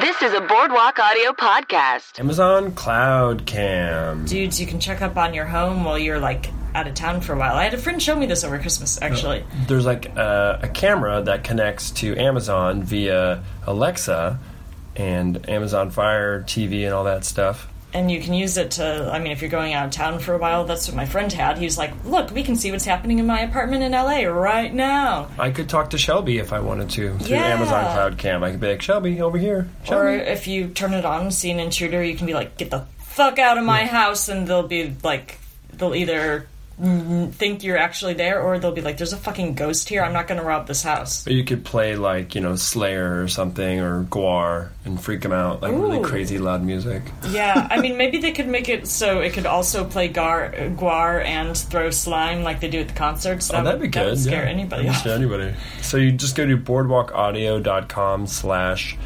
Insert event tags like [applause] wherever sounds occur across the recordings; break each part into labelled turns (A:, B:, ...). A: This is a Boardwalk Audio podcast.
B: Amazon Cloud Cam.
C: dudes you can check up on your home while you're like out of town for a while. I had a friend show me this over Christmas actually.
B: There's like a, a camera that connects to Amazon via Alexa and Amazon Fire TV and all that stuff.
C: And you can use it to I mean if you're going out of town for a while, that's what my friend had. He was like, "Look, we can see what's happening in my apartment in LA right now."
B: I could talk to Shelby if I wanted to through
C: Yeah.
B: Amazon Cloud Cam. I could be like, Shelby, over here.
C: Or
B: Shelby.
C: if you turn it on and see an intruder, you can be like, "Get the fuck out of my house." And they'll be like they'll either mm, think you're actually there or they'll be like there's a fucking ghost here. I'm not going to rob this house.
B: Or you could play like, you know, Slayer or something or Guar and freak them out, like really
C: Ooh.
B: crazy loud music.
C: Yeah, I mean, maybe they could make it so it could also play gar- guar and throw slime like they do at the concerts. That
B: Oh, that'd be
C: would-
B: good.
C: That would scare
B: yeah.
C: anybody
B: That'd
C: off.
B: Scare anybody. So you just go to boardwalkaudio.com slash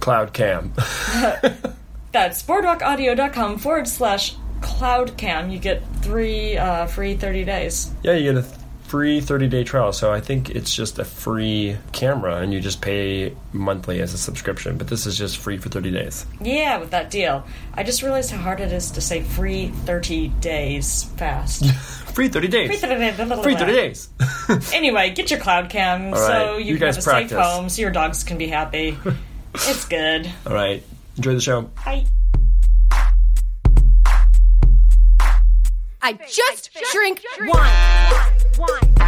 B: cloudcam.
C: That's boardwalkaudio.com forward slash cloudcam. You get three uh, free 30 days.
B: Yeah, you get a th- free 30 day trial. So I think it's just a free camera and you just pay monthly as a subscription. But this is just free for 30 days.
C: Yeah, with that deal. I just realized how hard it is to say free 30 days
B: [laughs]
C: fast.
B: Free 30 days.
C: Free 30 days.
B: Free 30 days.
C: [laughs] Anyway, get your cloudcam so
B: right.
C: you,
B: You
C: can
B: guys
C: have a safe
B: practice.
C: home so your dogs can
B: [laughs]
C: be happy. it's good.
B: All right. Enjoy the show.
C: Bye.
D: I just drink wine.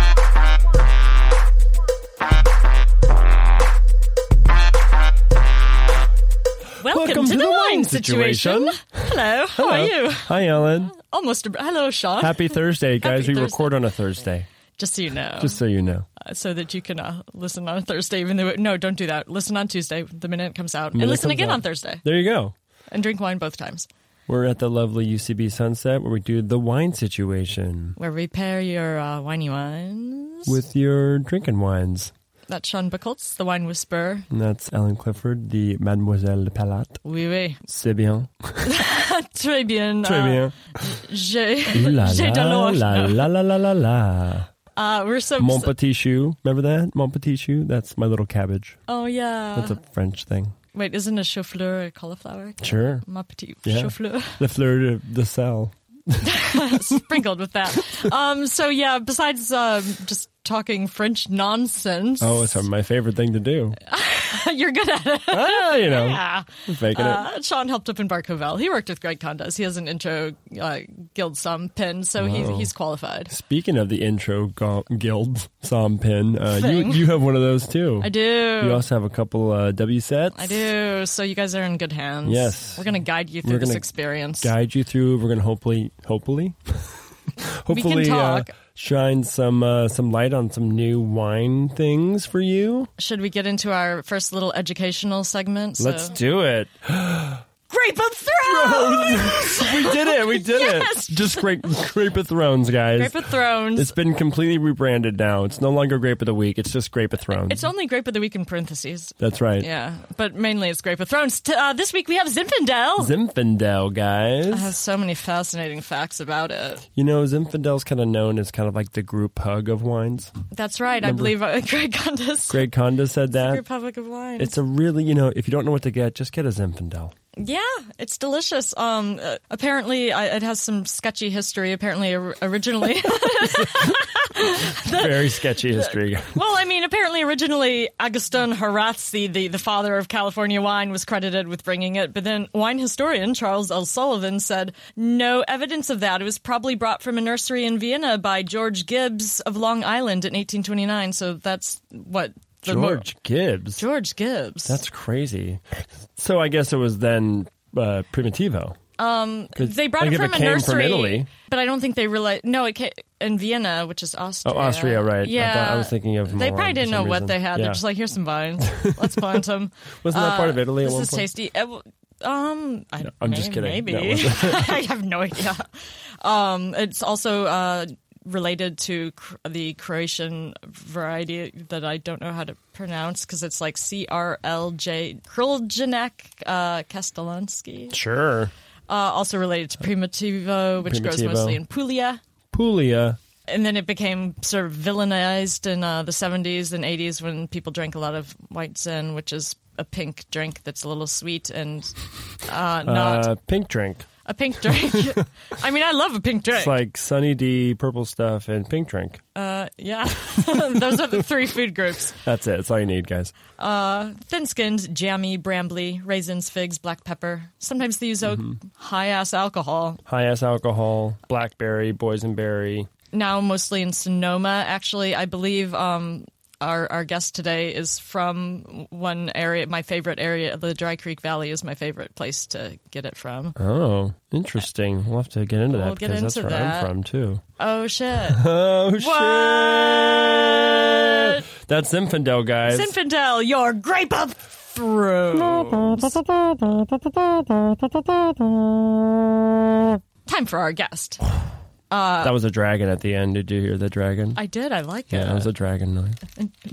C: Welcome, to, the, wine situation. Hello, how are you?
B: Hi, Ellen.
C: Almost. A, hello, Sean.
B: Happy Thursday, guys.
C: Happy
B: we
C: Thursday.
B: record on a Thursday,
C: Just so you know,
B: just so you know.
C: uh, so that you can uh, listen on Thursday. Even though no, don't do that. Listen on Tuesday, the minute it comes out, and
B: it
C: listen
B: comes
C: again
B: out.
C: on Thursday,
B: There you go.
C: and drink wine both times.
B: We're at the lovely UCB Sunset where we do the wine situation
C: Where we pair your uh, winey wines.
B: with your drinking wines.
C: That's Sean Buckholz, the wine whisperer.
B: And that's Ellen Clifford, the Mademoiselle de Palate.
C: Oui, oui.
B: C'est bien.
C: Ah. Très bien. Ah,
B: Très bien.
C: J'ai, [laughs]
B: Ooh la
C: j'ai de
B: la,
C: l'orge.
B: la
C: No.
B: la la la la
C: [laughs]
B: la.
C: Uh, we're so.
B: Mon petit chou. Remember that? Mon petit chou? That's my little cabbage.
C: oh yeah.
B: That's a French thing.
C: Wait, isn't a chauffleur a cauliflower?
B: Sure.
C: Ma petite
B: Yeah.
C: chauffleur. [laughs]
B: The fleur de, de sel.
C: sprinkled with that. Um, so yeah, besides um, just talking French nonsense,
B: Oh, it's my favorite thing to do.
C: [laughs] you're good at it.
B: Ah, you know,
C: Yeah.
B: faking it.
C: Uh, Sean helped up in Bar Covell. He worked with Greg Condes. He has an intro uh, guild sum pin, so he, he's qualified.
B: Speaking of the intro go- guild psalm pin, uh, you
C: Thing.
B: you have one of those too.
C: I
B: You
C: do.
B: also have a couple uh, W sets.
C: I do. So you guys are in good hands.
B: Yes.
C: We're going to guide you
B: We're
C: through this
B: gonna
C: experience.
B: Guide you through. We're gonna hopefully, hopefully, [laughs] hopefully uh,
C: talk.
B: shine some uh, some light on some new wine things for you.
C: Should we get into our first little educational segment?
B: Let's
C: so.
B: do it.
C: Grape of Thrones!
B: we did it. We did
C: Yes.
B: it. Just Grape, Grape of Thrones, guys.
C: Grape of Thrones.
B: it's been completely rebranded now. It's no longer Grape of the Week. It's just Grape of Thrones.
C: it's only Grape of the Week in parentheses.
B: That's right.
C: Yeah, but mainly it's Grape of Thrones. T- uh, this week we have Zinfandel.
B: Zinfandel, guys.
C: I have so many fascinating facts about it.
B: you know, Zinfandel's kind of known as kind of like the group hug of wines.
C: That's right. I believe uh, [laughs] Greg Condes,
B: Greg Conda said that.
C: Republic of Wine.
B: It's a really, you know, if you don't know what to get, just get a
C: [laughs]
B: Zinfandel.
C: yeah, it's delicious. Um, uh, apparently, I, it has some sketchy history. Apparently, or-
B: [laughs]
C: originally,
B: Very sketchy history.
C: well, I mean, apparently, originally, Agustin Horazzi, the, the father of California wine, was credited with bringing it. But then, wine historian Charles L. Sullivan said, "No evidence of that. It was probably brought from a nursery in Vienna by George Gibbs of Long Island in 1829. So that's what the mo-
B: George Gibbs.
C: George Gibbs.
B: That's crazy. So I guess it was then uh, Primitivo. Um,
C: they brought
B: like
C: it
B: if
C: from
B: it
C: a
B: came
C: nursery,
B: from Italy.
C: but I don't think they realized. No, it came in Vienna, which is Austria.
B: Oh, Austria, right. I thought-
C: Yeah,
B: I was thinking of
C: They
B: Milan
C: probably
B: for
C: didn't know
B: some
C: what
B: reason.
C: they had.
B: Yeah.
C: They're just like, here's some vines.
B: [laughs]
C: Let's plant them.
B: Wasn't that part of Italy at
C: This
B: one
C: is
B: point?
C: tasty. Uh, well, Um, I,
B: I'm
C: may-
B: just kidding.
C: Maybe
B: No, it
C: [laughs] I have no idea. Um, it's also uh, related to cr- the Croatian variety that I don't know how to pronounce because it's like C R L J Krljanek uh, Kastelanski.
B: Sure.
C: Uh, also related to Primitivo, which grows
B: Primitivo.
C: mostly in Puglia.
B: Puglia.
E: and then it became sort of villainized in uh, the 70s and 80s when people drank a lot of white zin, which is a pink drink that's a little sweet and uh, not
B: Uh, pink drink.
E: a pink drink. [laughs] I mean, I love a pink drink.
B: It's like Sunny D, purple stuff, and pink drink.
E: yeah, [laughs] those are the three food groups:
B: That's it. That's all you need, guys.
E: thin-skinned, jammy, brambly, raisins, figs, black pepper. Sometimes they use oak high-ass alcohol.
B: High ass alcohol, blackberry, boysenberry.
E: now mostly in Sonoma. Actually, I believe um, our our guest today is from one area. My favorite area, the Dry Creek Valley, is my favorite place to get it from.
B: Oh, interesting. We'll have to get into that
E: We'll get
B: because that's
E: into
B: where
E: that.
B: I'm from too.
E: Oh shit!
B: Oh shit! That's Zinfandel, guys.
E: Zinfandel, your grape up through. Time for our guest.
B: that was a dragon at the end. Did you hear the dragon?
E: I did. I like
B: yeah, that
E: it.
B: was a dragon noise.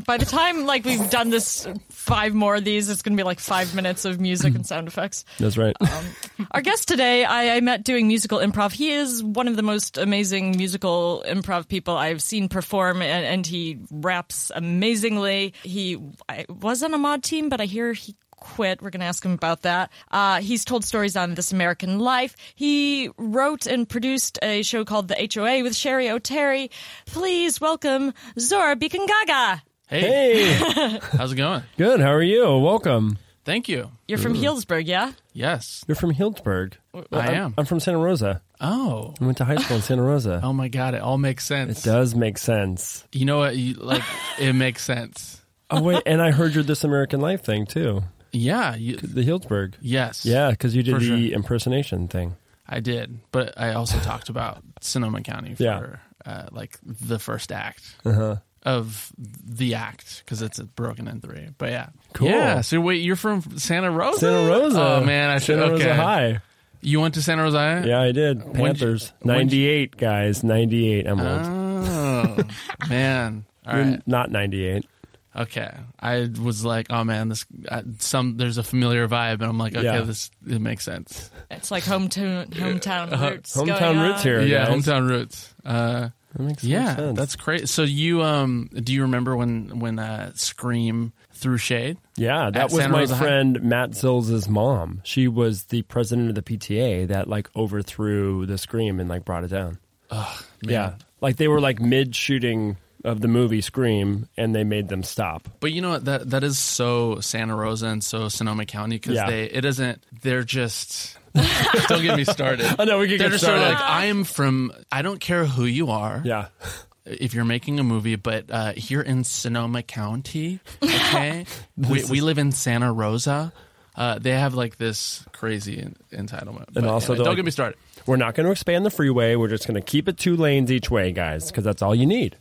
E: By the time like we've done this five more of these, it's gonna be like five minutes of music and sound effects.
B: That's right.
E: Oh, Our guest today, I, I met doing musical improv. He is one of the most amazing musical improv people I've seen perform, and, and he raps amazingly. He I was on a mod team, but I hear he quit. We're going to ask him about that. Uh, he's told stories on This American Life. He wrote and produced a show called The HOA with Sherry O'Terry. Please welcome Zora Bikangaga.
F: Hey,
B: hey,
F: how's it going?
B: good. How are you? Welcome.
F: Thank you.
E: You're from Healdsburg, yeah?
F: Yes,
B: You're from Hillsburg.
F: I am.
B: I'm from Santa Rosa.
F: Oh,
B: I went to high school in Santa Rosa.
F: oh my God! It all makes sense.
B: It does make sense.
F: You know what? You, like, it makes sense.
B: Oh wait, and I heard your This American Life thing too.
F: Yeah. You,
B: The Healdsburg.
F: yes.
B: Yeah, because you did
F: For
B: the
F: sure.
B: impersonation thing.
F: I did, but I also talked about Sonoma County for
B: Yeah. Uh-huh.
F: uh, like the first act of the act because it's broken in three. But yeah,
B: Cool.
F: Yeah. So wait, you're from Santa Rosa?
B: Santa Rosa.
F: Oh man, I should.
B: Santa
F: okay.
B: Rosa High.
F: You went to Santa Rosa?
B: Yeah, I did.
F: you-
B: Panthers.
F: when'd you-
B: 98, guys. 98. I'm old.
F: Oh man. All
B: You're
F: right.
B: Not 98.
F: Okay, I was like, oh man, this uh, some there's a familiar vibe, and I'm like, okay,
B: Yeah.
F: this it makes sense.
E: It's like hometown, hometown roots. going
B: Uh-huh. Hometown
E: on.
B: roots here.
F: yeah,
B: guys.
F: hometown roots. Uh,
B: That makes so much
F: yeah,
B: sense.
F: that's great. So you um, do you remember when when uh, Scream threw shade?
B: Yeah, that
F: At
B: was
F: Santa
B: my
F: Rosa High.
B: friend Matt Zills' mom. She was the president of the PTA that like overthrew the Scream and like brought it down. Yeah, like they were like mid shooting of the movie Scream, and they made them stop.
F: But you know what? That that is so Santa Rosa and so Sonoma County because
B: Yeah.
F: they it isn't. They're just [laughs] don't get me started.
B: [laughs] I know, we could
F: They're
B: get
F: just sort of
B: started.
F: like I am from. I don't care who you are.
B: Yeah,
F: if you're making a movie, but uh, here in Sonoma County,
B: [laughs]
F: okay, we, we live in Santa Rosa. Uh, they have like this crazy en- entitlement. But
B: also they're
F: anyway, don't
B: like-
F: get me started.
B: we're not going to expand the freeway. We're just going to keep it two lanes each way, guys, because that's all you need.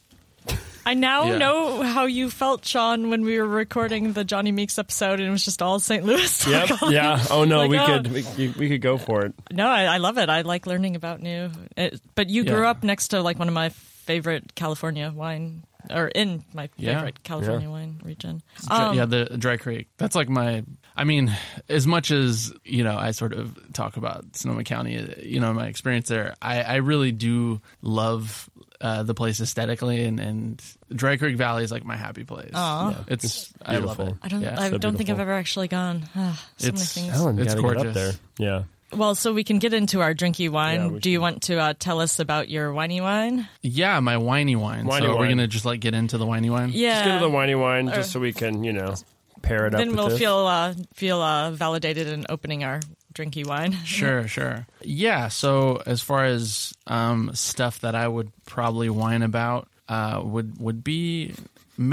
E: I now
F: Yeah.
E: know how you felt, Sean, when we were recording the Johnny Meeks episode and it was just all St. Louis. [laughs]
B: Yep. yeah. Oh no,
E: Like,
B: we
E: oh.
B: could we, we could go for it.
E: no, I, I love it. I like learning about new. It, but you grew
F: Yeah.
E: up next to like one of my favorite California wine, or in my
F: Yeah.
E: favorite California wine region.
F: Dry-
E: Um,
F: yeah, the Dry Creek. That's like my. I mean, as much as you know, I sort of talk about Sonoma County. You know, my experience there. I, I really do love uh, the place aesthetically, and, and Dry Creek Valley is like my happy place. Yeah, it's, I love it.
B: beautiful.
E: I don't.
F: Yeah.
E: I
B: so
E: don't think I've
B: beautiful.
E: ever actually gone. Ah, so many
F: It's-
E: things.
B: Ellen, you
F: It's
B: gotta get up
F: gorgeous.
B: there. Yeah.
E: Well, so we can get into our drinky
B: Yeah,
E: wine.
B: we
E: Do you
B: should.
E: want to uh, tell us about your winey wine?
F: Yeah, my whiny wine.
B: Whiny
F: so we're
B: wine.
F: gonna just like get into the whiny wine.
E: Yeah.
B: Just go to the whiny wine, just so we can you know pair it up.
E: then
B: with
E: we'll
B: this.
E: feel uh, feel uh, validated in opening our drinky wine.
F: Sure, sure. Yeah. So as far as um, stuff that I would probably whine about uh, would would be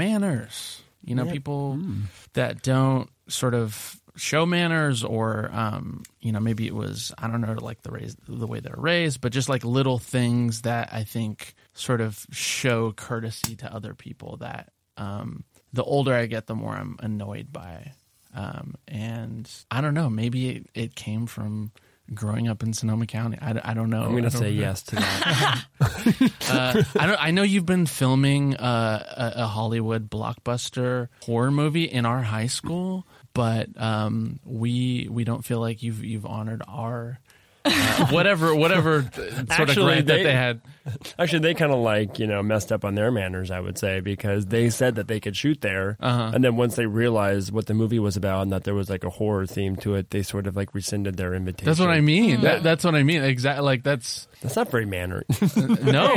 F: manners. You know, people
B: Mm.
F: that don't sort of show manners, or um, you know, maybe it was I don't know, like the raise, the way they're raised, but just like little things that I think sort of show courtesy to other people. That um, the older I get, the more I'm annoyed by um, and I don't know. Maybe it, it came from growing up in Sonoma County. I, d- I don't know.
B: I'm gonna
F: I don't
B: say
F: know.
B: yes to that.
E: [laughs]
F: Uh, I don't. I know you've been filming uh, a, a Hollywood blockbuster horror movie in our high school, but um, we we don't feel like you've you've honored our uh, [laughs] whatever whatever th- sort of
B: Actually,
F: grant that
B: they-
F: they had.
B: Actually, they kind of like you know messed up on their manners, I would say, because they said that they could shoot there,
F: Uh-huh.
B: and then once they realized what the movie was about and that there was like a horror theme to it, they sort of like rescinded their invitation.
F: That's what I mean. That, that's what I mean. Exactly. Like that's
B: That's not very mannery.
F: no,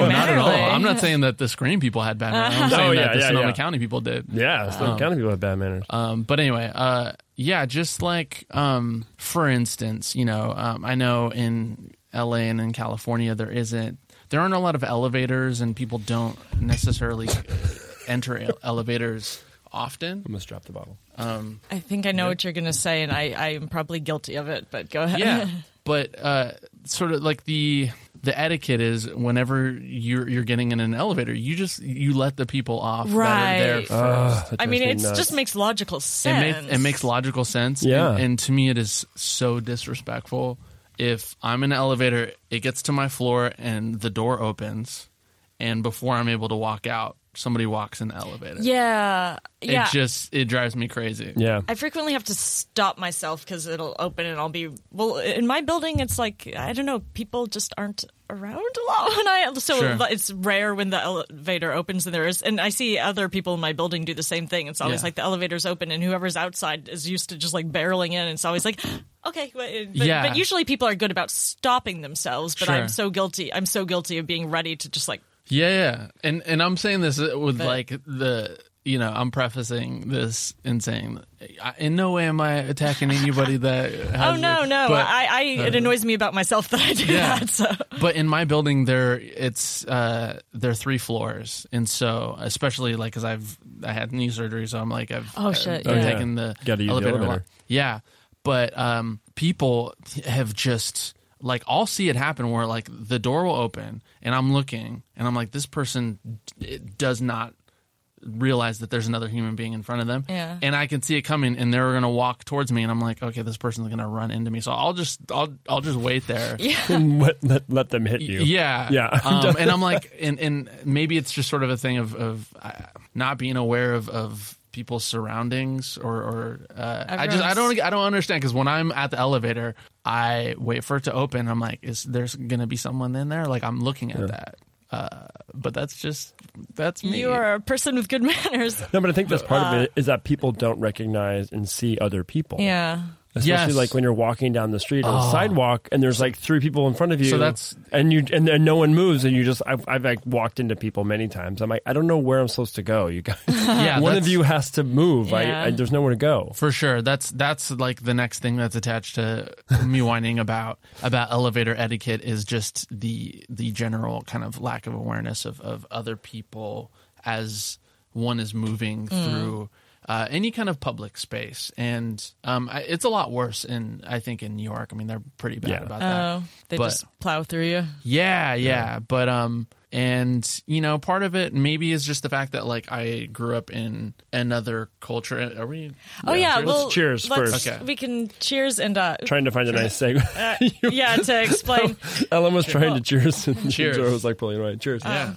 F: not at all.
E: mannerly.
F: I'm not saying that the Scream people had bad manners. I'm saying
B: Oh,
F: that
B: yeah,
F: the
B: yeah,
F: Sonoma
B: yeah.
F: County people did.
B: [laughs] yeah, it's
F: Uh-huh.
B: not kind of people have bad manners.
F: Um, but anyway, uh, yeah, just like, um, for instance, you know, um, I know in LA and in California, there isn't, there aren't a lot of elevators and people don't necessarily enter ele- elevators often.
B: I'm gonna drop the bottle.
E: I think I know what you're going to say, and I, I am probably guilty of it, but go ahead. [laughs]
F: Yeah. But, uh, sort of like the, the etiquette is whenever you're, you're getting in an elevator, you just, you let the people off that are there
E: Right.
F: first.
E: I mean, it
B: nuts.
E: just makes logical
F: it
E: sense.
F: makes it makes logical sense.
B: Yeah.
F: and, and to me, it is so disrespectful. If I'm in an elevator, it gets to my floor and the door opens, and before I'm able to walk out, somebody walks in the elevator.
E: Yeah. Yeah.
F: It just it drives me crazy.
B: yeah. [laughs]
E: I frequently have to stop myself because it'll open and I'll be well. In my building, it's like I don't know, people just aren't around a lot when I so
F: Sure.
E: it's rare when the elevator opens and there is and I see other people in my building do the same thing. It's always
F: Yeah.
E: like the elevator's open and whoever's outside is used to just like barreling in. It's always like. [gasps] Okay, but, but,
F: Yeah.
E: but usually people are good about stopping themselves. But
F: Sure.
E: I'm so guilty. I'm so guilty of being ready to just like
F: Yeah, yeah. And and I'm saying this with like the you know I'm prefacing this in saying I, in no way am I attacking anybody that.
E: Oh
F: Has
E: no,
F: it,
E: no!
F: but-
E: I, I it annoys me about myself that I do
F: Yeah.
E: that. So
F: but in my building there it's uh they're three floors and so especially like because i've i had knee surgery so i'm like i've
E: Oh, shit,
F: I've
E: yeah.
F: taken the
B: Gotta use the
F: elevator, a lot.
B: elevator.
F: yeah but um people have just like i'll see it happen where like the door will open and i'm looking and i'm like this person d- does not realize that there's another human being in front of them
E: Yeah.
F: and i can see it coming and they're gonna walk towards me and i'm like okay this person's gonna run into me so i'll just i'll i'll just wait there [laughs]
B: let, let, let them hit you.
F: yeah.
B: Yeah. [laughs]
F: Um, and I'm like, and, and maybe it's just sort of a thing of, of uh, not being aware of, of people's surroundings or, or uh, I just, I don't, I don't understand. Cause when I'm at the elevator, I wait for it to open. I'm like, is there's going to be someone in there? Like I'm looking at that. Uh, but that's just, that's me.
E: you are a person with good manners.
B: No, but I think that's part of
F: Uh,
B: it is that people don't recognize and see other people.
E: Yeah.
B: Especially
F: Yes. Oh.
B: like when you're walking down the street on the sidewalk and there's like three people in front of you.
F: So that's-
B: and you and, and no one moves and you just I've, I've like walked into people many times. I'm like I don't know where I'm supposed to go. You guys,
F: [laughs] Yeah,
B: one of
F: that's-
B: you has to move.
E: Yeah.
B: I, I there's nowhere to go.
F: For sure. That's that's like the next thing that's attached to me whining about about elevator etiquette is just the the general kind of lack of awareness of, of other people as one is moving through uh, any kind of public space, and um, I, it's a lot worse in I think in New York. I mean, they're pretty bad
B: Yeah.
F: about
E: Oh,
F: that.
E: they
F: But-
E: just plow through you.
F: Yeah, yeah, but um and you know, part of it maybe is just the fact that like I grew up in another culture. Are we
E: Oh yeah.
F: cheers?
E: Well,
B: cheers
E: let's-
B: first.
F: Okay.
E: We can cheers and uh, [laughs]
B: Trying to find a nice
F: [laughs]
B: segue. [laughs]
E: yeah to explain.
B: Ellen was trying to cheers and
F: Cheers. Uh,
B: Joe was like pulling right. Cheers.
F: Yeah.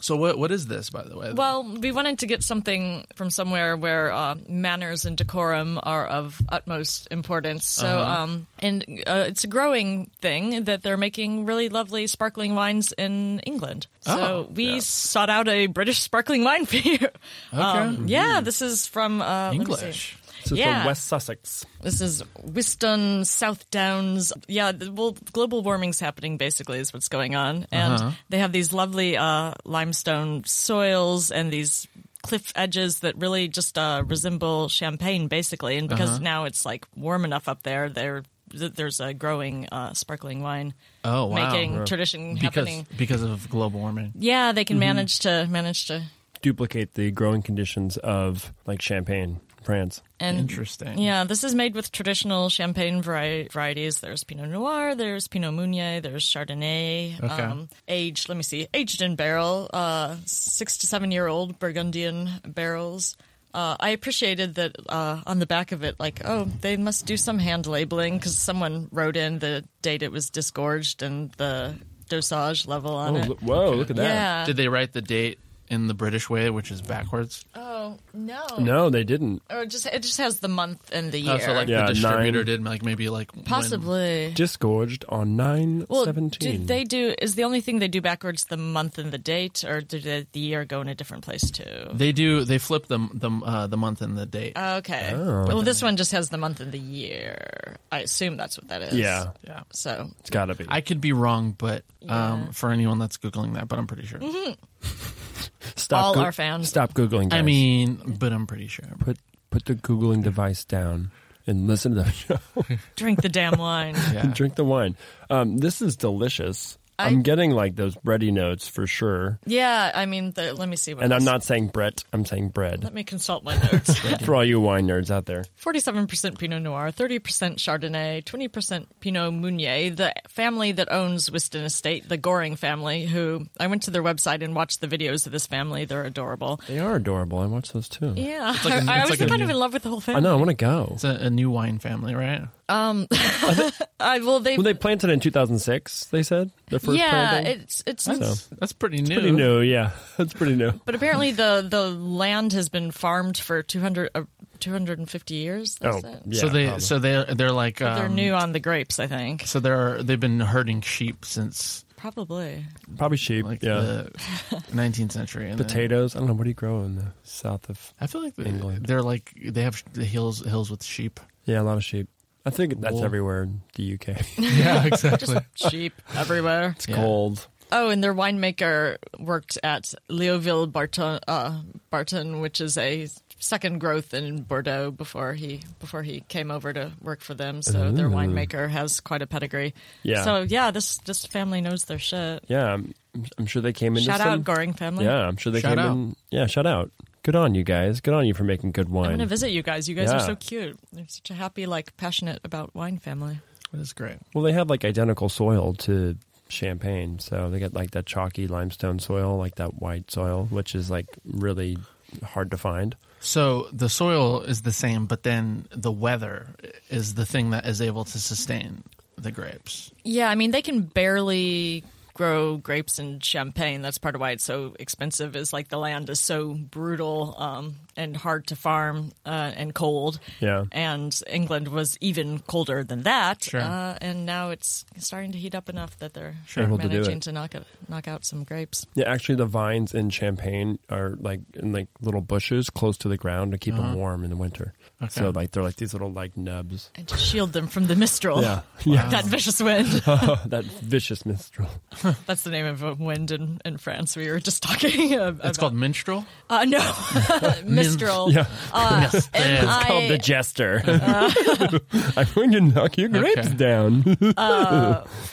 F: So what what is this, by the way?
E: Oh. Well, we wanted to get something from somewhere where uh, manners and decorum are of utmost importance. So, um, and uh, it's a growing thing that they're making really lovely sparkling wines in England. So
F: Oh,
E: we
F: yeah.
E: sought out a British sparkling wine [laughs] for you. Um, yeah, this is from uh, let me see.
F: English.
B: This is
E: Yeah.
B: from West Sussex.
E: This is Whiston, South Downs. Yeah, the, well, global warming's happening basically is what's going on, and
F: Uh-huh.
E: they have these lovely uh, limestone soils and these cliff edges that really just uh, resemble champagne, basically. And because
F: Uh-huh.
E: now it's like warm enough up there, there th- there's a growing uh, sparkling wine
F: Oh wow.
E: making tradition
F: because Mm-hmm.
E: happening.
F: because of global warming.
E: Yeah, they can manage to manage to
B: Duplicate the growing conditions of like Champagne, France.
E: and
F: Interesting.
E: Yeah, this is made with traditional champagne vari- varieties. There's Pinot Noir, there's Pinot Meunier, there's Chardonnay. um,
F: Okay.
E: aged, let me see, aged in barrel, uh, six to seven year old Burgundian barrels. Uh, I appreciated that uh, on the back of it, like, oh, they must do some hand labeling because someone wrote in the date it was disgorged and the dosage level on
B: Oh,
E: it.
B: lo- whoa! Look at that.
E: yeah.
F: Did they write the date in the British way, which is backwards.
E: Oh no.
B: No, they didn't.
E: Or just it just has the month and the year.
F: Uh, so like
B: Yeah,
F: the distributor
B: nine-
F: did like maybe like when-
E: Oh, Possibly.
B: Disgorged on nine
E: well,
B: seventeen.
E: do they do? Is the only thing they do backwards the month and the date, or did the, the year go in a different place too?
F: they do they flip the the uh, the month and the date.
E: Okay.
B: Oh.
E: Well, this one just has the month and the year. I assume that's what that is.
B: yeah,
F: yeah.
E: So
B: it's got to be.
F: I could be wrong, but um, for anyone that's googling that, but I'm pretty sure.
E: Mm-hmm.
B: stop
E: all are found.
B: Stop googling.
F: I
B: guys.
F: mean, but I'm pretty sure.
B: put put the googling device down and listen to the show.
E: drink the
B: [laughs]
E: damn wine.
F: Yeah.
B: Drink the wine. Um, this is delicious. I, am getting like those bready notes for sure.
E: yeah. I mean, the, let me see what.
B: And I'm
E: else.
B: not saying Brett. I'm saying bread.
E: Let me consult my notes.
B: [laughs] For all you wine nerds out there,
E: 47% Pinot Noir, 30% Chardonnay, 20% Pinot Meunier, the family that owns Whiston Estate, the Goring family, who I went to their website and watched the videos of this family. They're adorable.
B: they are adorable. I watch those too.
E: Yeah.
F: like a-
E: I, [laughs] I
F: it's
E: was
F: like a
E: kind
F: new-
E: of in love with the whole
B: I
E: family.
B: know. I want to go.
F: [laughs] It's a, a new wine family, right?
E: I, Uh, well, they,
B: Well, they planted in 2006. They said their first
E: yeah,
B: planting.
E: it's, it's,
B: So.
F: That's pretty new.
B: pretty new. Yeah, [laughs] that's pretty new.
E: but apparently the, the land has been farmed for 200, uh, 250 years. That's
B: Oh,
E: it.
B: yeah.
F: so they
B: probably.
F: so they they're like um,
E: They're new on the grapes, I think.
F: So they're they've been herding sheep since
E: Probably.
B: probably sheep.
F: like
B: yeah,
F: the [laughs] 19th century. And then-
B: potatoes. I don't know what do you grow in the south of.
F: I feel like they-
B: England.
F: they're like they have sh- the hills hills with sheep.
B: [laughs] Yeah, a lot of sheep. I think that's
F: Wool.
B: everywhere in the
F: [laughs]
B: UK. It's
F: Yeah, exactly.
E: [laughs] Sheep everywhere.
B: cold.
E: Oh, and their winemaker worked at Leoville Barton, uh, Barton, which is a second growth in Bordeaux before he before he came over to work for them. So their winemaker has quite a pedigree.
B: Yeah.
E: So yeah, this this family knows their shit.
B: Yeah, I'm, I'm sure they came into
E: Shout
B: some,
E: out Goring family.
B: Yeah, I'm sure they
F: Shout
B: came
F: out.
B: in. Yeah, shout out. Good on you guys. Good on you for making good
E: I'm gonna
B: wine.
E: visit you guys. You guys are
B: Yeah.
E: so cute. They're such a happy, like passionate about wine family.
F: That is great.
B: well, they have like identical soil to Champagne, so they get like that chalky limestone soil, like that white soil, which is like really hard to find.
F: So the soil is the same, but then the weather is the thing that is able to sustain the grapes.
E: Yeah, I mean they can barely grow grapes in champagne that's part of why it's so expensive is like the land is so brutal um, and hard to farm uh, and cold
B: Yeah.
E: and england was even colder than that
F: Sure.
E: uh, and now it's starting to heat up enough that they're
B: Able to do
E: managing
B: it.
E: to, knock, out, knock out some grapes
B: Yeah, actually, the vines in Champagne are like in like little bushes close to the ground to keep them warm in the winter. So like they're like these little like nubs. [laughs]
E: and to shield them from the mistral
B: Yeah, [laughs] yeah,
E: that vicious wind
B: that vicious mistral.
E: that's the name of a wind in, in france we were just talking [laughs] uh, about
F: It's called minstrel.
E: uh,
F: [laughs]
E: no [laughs] mistral
B: Yeah,
E: uh,
F: It's
E: M-I-
B: called the jester. [laughs] I'm going to knock your grapes
F: Okay.
B: down. [laughs]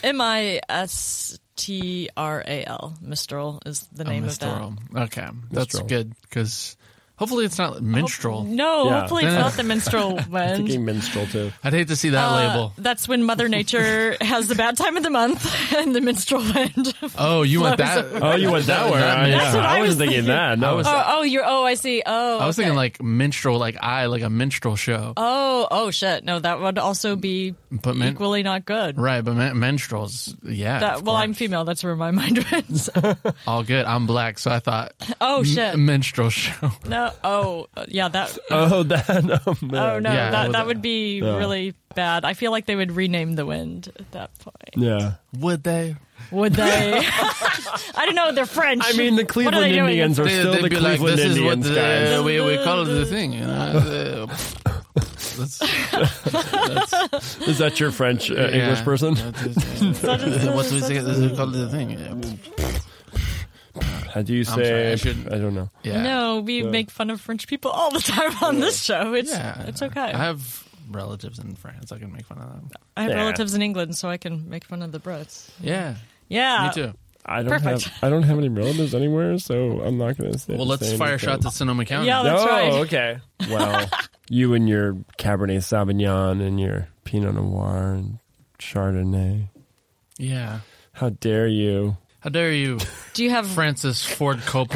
E: M I S T R A L. Mistral is
F: Oh,
E: the name of that.
F: Minstrel. Okay, that's
B: Minstrel.
F: good because hopefully it's not minstrel.
E: No,
B: Yeah.
E: hopefully it's not the
F: [laughs]
E: minstrel wind.
B: Thinking minstrel too.
F: I'd hate to see that label.
E: That's when Mother
F: [laughs]
E: Nature has the bad time of the month [laughs] and the minstrel wind. oh,
F: Oh, you want
E: Flows
F: that?
B: Oh, you went that way.
F: That
B: I,
F: makes
B: yeah.
F: sense.
E: what
B: I
E: I
B: wasn't
E: was
B: thinking, that. No,
F: I was-
E: oh, you're. Oh, I see. Oh,
F: I was
E: okay.
F: thinking like minstrel, like I, like a minstrel show.
E: Oh, oh, shit. No, that would also be
F: But min-
E: equally not good.
F: Right, but men- minstrels, yeah.
E: That,
F: of
E: well, I'm
F: course.
E: female. That's where my [laughs] mind
F: [laughs]
E: went.
F: all good. I'm black, so
E: [laughs]
F: I thought
E: Oh shit!
F: m- minstrel show.
E: no. Oh yeah. That.
B: [laughs] oh, that. Oh, man.
E: Oh no.
F: Yeah,
E: that
F: with
E: that
F: a-
E: would be really bad. I feel like they would rename the wind at that point.
B: Yeah.
F: Would they?
E: Would
F: [laughs]
E: they? I don't know. They're French.
B: I mean, the
E: What are
B: Cleveland
E: they doing?
B: Indians are
F: they
B: still
F: they'd
B: the
F: be like,
B: Cleveland
F: this is what
B: Indians,
F: the,
B: guys.
F: the way we call it the thing. You know? the- that's,
B: Is that your French uh, English
F: yeah.
B: person?
F: That's-
B: [laughs]
F: what we say, this is called the thing. Yeah.
B: How do you
F: sorry,
B: say?
F: I
B: I,
F: shouldn't-
B: don't know.
F: Yeah.
E: No, we make fun of French people all the time on this show. It's
F: Yeah.
E: it's okay.
F: I have relatives in France. I can make fun of them.
B: Yeah.
E: relatives in England, so I can make fun of the Brits.
F: Yeah.
E: Yeah, Uh,
F: Me too.
B: I don't
E: Perfect.
B: have. I don't have any relatives anywhere, so I'm not going to say.
F: Well, let's fire shot to
B: this.
F: Sonoma County.
E: Yeah,
B: Oh,
E: That's right.
B: okay. Well, you and your Cabernet Sauvignon and your Pinot Noir and Chardonnay.
F: Yeah.
B: How dare you?
F: How
E: [laughs]
F: dare you,
E: Do you have
F: Francis Ford Coppola,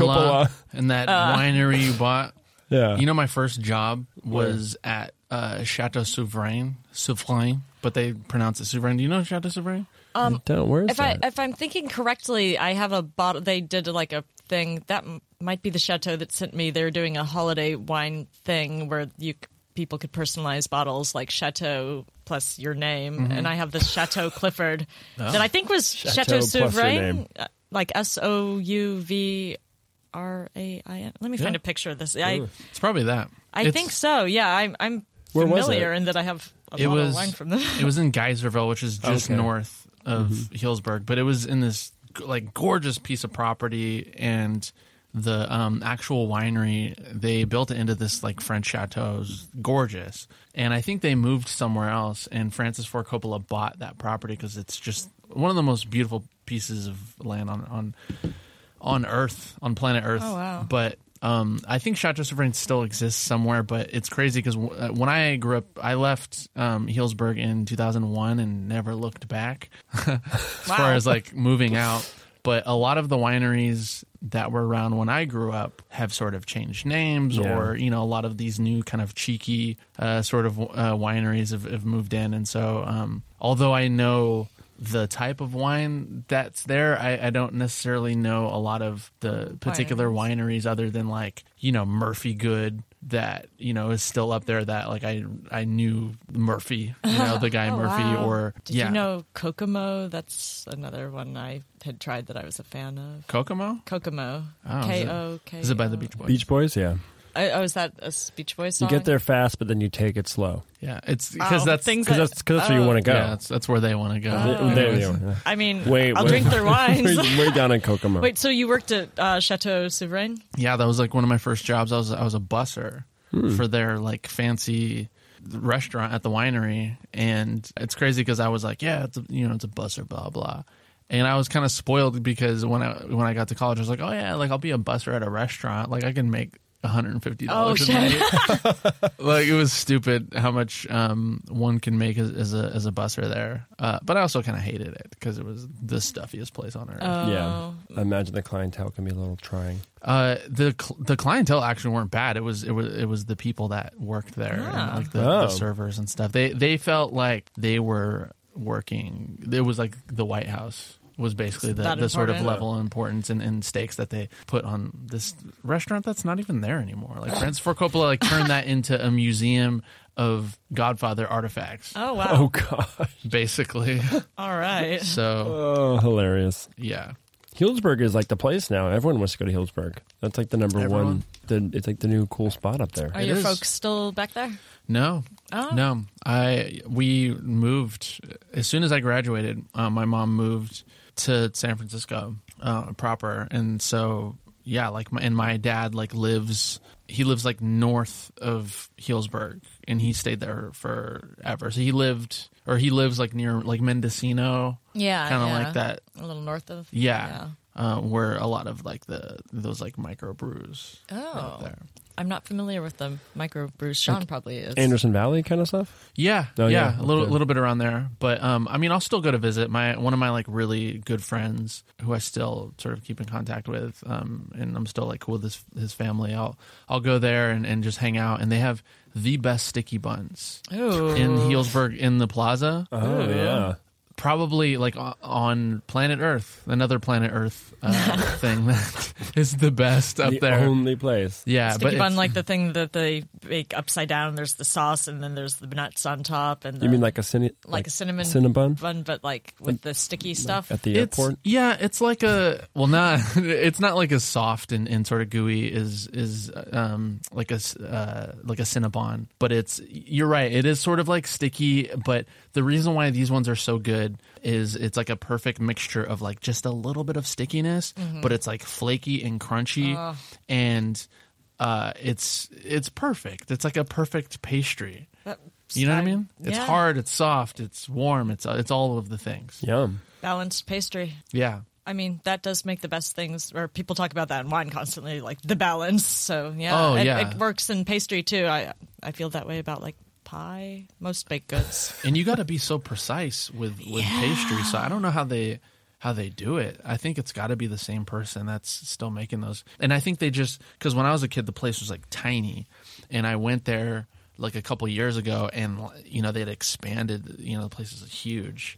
B: Coppola.
F: and that
E: Uh.
F: winery you bought?
B: Yeah.
F: You know, my first job was at uh, Chateau Souverain, Souverain, but they pronounce it Souverain. Do you know Chateau Souverain?
B: um, don't worry.
E: If I if I'm thinking correctly, I have a bottle. They did like a thing. That m- might be the chateau that sent me. They're doing a holiday wine thing where you c- people could personalize bottles like chateau plus your name. And I have this chateau Clifford that I think was chateau,
B: plus your
E: Souverain,
B: name.
E: uh, like S O U V R A I N. Let me find
F: Yeah.
E: a picture of this. I
F: It's probably that.
E: I
F: It's-
E: think so. Yeah, I'm I'm
B: Where was
E: familiar
B: it?
E: in that I have a
F: It
E: bottle
F: was
E: of wine from them. [laughs]
F: it was in Geyserville, which is just
B: Okay.
F: north of Hillsburg, but it was in this g- like gorgeous piece of property and the um, actual winery they built it into this like French chateau. It was gorgeous, and I think they moved somewhere else. And Francis Ford Coppola bought that property because it's just one of the most beautiful pieces of land on on on Earth, on planet Earth.
E: Oh, wow.
F: But um, I think Chateau Souverain still exists somewhere. But it's crazy because w- uh, when I grew up, I left um, Healdsburg in 2001 and never looked back [laughs] as far as like moving out. But a lot of the wineries that were around when I grew up have sort of changed names,
B: Yeah.
F: or you know, a lot of these new kind of cheeky uh, sort of uh, wineries have, have moved in. And so, um, although I know the type of wine that's there, I, I don't necessarily know a lot of the particular wineries other than like you know Murphy Good that you know is still up there that like I I knew Murphy, you know, the
E: [laughs]
F: guy
E: Oh,
F: Murphy,
E: wow.
F: or
E: did
F: yeah,
E: you know Kokomo? That's another one I had tried that I was a fan of.
F: Kokomo.
E: Kokomo.
F: Oh, is it-
E: K O K.
F: Is it by the Beach Boys?
B: Beach Boys, yeah.
E: Oh, is that a Beach Boys
B: You
E: song?
B: get there fast, but then you take it slow
F: Yeah, it's because
E: Oh,
F: that's
E: things
B: because
E: that- Oh.
B: that's, 'cause that's where you want to go.
F: yeah, that's, that's where they want to go.
B: They- they- they wanna-
E: I mean,
B: Wait,
E: I'll
B: wait.
E: drink
B: [laughs]
E: their wines. [laughs]
B: We're- we're down in Kokomo.
E: Wait, so you worked at uh, Chateau Souverain?
F: Yeah, that was like one of my first jobs. I was I was a busser for their like fancy restaurant at the winery, and it's crazy because I was like, yeah, it's a, you know, it's a busser, blah blah. And I was kind of spoiled because when I when I got to college, I was like, oh yeah, like I'll be a busser at a restaurant. Like I can make one hundred and fifty dollars
E: Oh,
F: a night. [laughs] like it was stupid how much um, one can make as, as a as a busser there. Uh, but I also kind of hated it because it was the stuffiest place on earth.
B: Yeah, I imagine the clientele can be a little trying.
F: Uh, the cl- the clientele actually weren't bad. It was it was it was the people that worked there, and
E: Ah.
F: like the,
B: Oh.
F: the servers and stuff. They they felt like they were working. It was like the White House was basically the,
E: That
F: the sort of
E: important?
F: level of importance and, and stakes that they put on this restaurant that's not even there anymore. Like Francis Ford Coppola like turned that into a museum of Godfather artifacts,
E: Oh wow.
B: Oh god,
F: basically. [laughs]
E: All right.
F: So
B: oh [laughs] hilarious!
F: yeah,
B: Hillsburg is like the place now. Everyone wants to go to Hillsburg. That's like the number
F: Everyone?
B: one. The, it's like the new cool spot up there.
E: Are
F: It
E: your
F: is.
E: folks still back there?
F: No.
E: Oh.
F: No. I we moved as soon as I graduated. Uh, my mom moved to San Francisco uh, proper, and so yeah, like my, and my dad like lives. He lives like north of Healdsburg, and he stayed there forever. So he lived, or he lives like near like Mendocino,
E: Yeah,
F: kind of
E: Ah, yeah.
F: like that.
E: A little north of.
F: Yeah, Uh, where a lot of like the those like micro brews.
E: Oh.
F: there.
E: I'm not familiar with them. Microbrews. Sean probably is.
B: Anderson Valley kind of stuff.
F: Yeah,
B: Oh,
F: yeah,
B: yeah,
F: a little
B: okay.
F: little bit around there, but um, I mean, I'll still go to visit my one of my like really good friends who I still sort of keep in contact with, um, and I'm still like cool with his his family. I'll I'll go there and, and just hang out, and they have the best sticky buns
E: Ooh.
F: in Healdsburg in the plaza,
B: Oh yeah,
F: probably like o- on planet Earth, another planet Earth
E: [laughs]
F: uh, thing that [laughs] is the best up
B: the
F: there.
B: only place.
F: yeah, but
E: Sticky bun
F: it's-
E: like the thing that they bake upside down. There's the sauce, and then there's the nuts on top. And the,
B: You mean like a cine,
E: like, a cinnamon
B: cinnabon
E: bun, but like with the sticky stuff.
B: at the
F: It's-
B: airport?
F: Yeah, it's like a well, not [laughs] it's not like as soft and, and sort of gooey as is um like a s- uh, like a Cinnabon, but it's you're right. It is sort of like sticky, but the reason why these ones are so good is it's like a perfect mixture of like just a little bit of stickiness, but it's like flaky and crunchy, and uh, it's it's perfect. It's like a perfect pastry.
E: That-
F: You know what I mean? It's
E: yeah.
F: hard. It's soft. It's warm. It's it's all of the things.
B: Yum.
E: balanced pastry.
F: Yeah.
E: I mean, that does make the best things, or people talk about that in wine constantly, like the balance. So yeah,
F: Oh,
E: it,
F: yeah.
E: it works in pastry too. I I feel that way about like pie, most baked goods.
F: and you got to be so precise with with pastry. So I don't know how they how they do it. I think it's got to be the same person that's still making those. And I think they just because when I was a kid, the place was like tiny, and I went there like a couple years ago, and you know they'd expanded. You know the place is huge.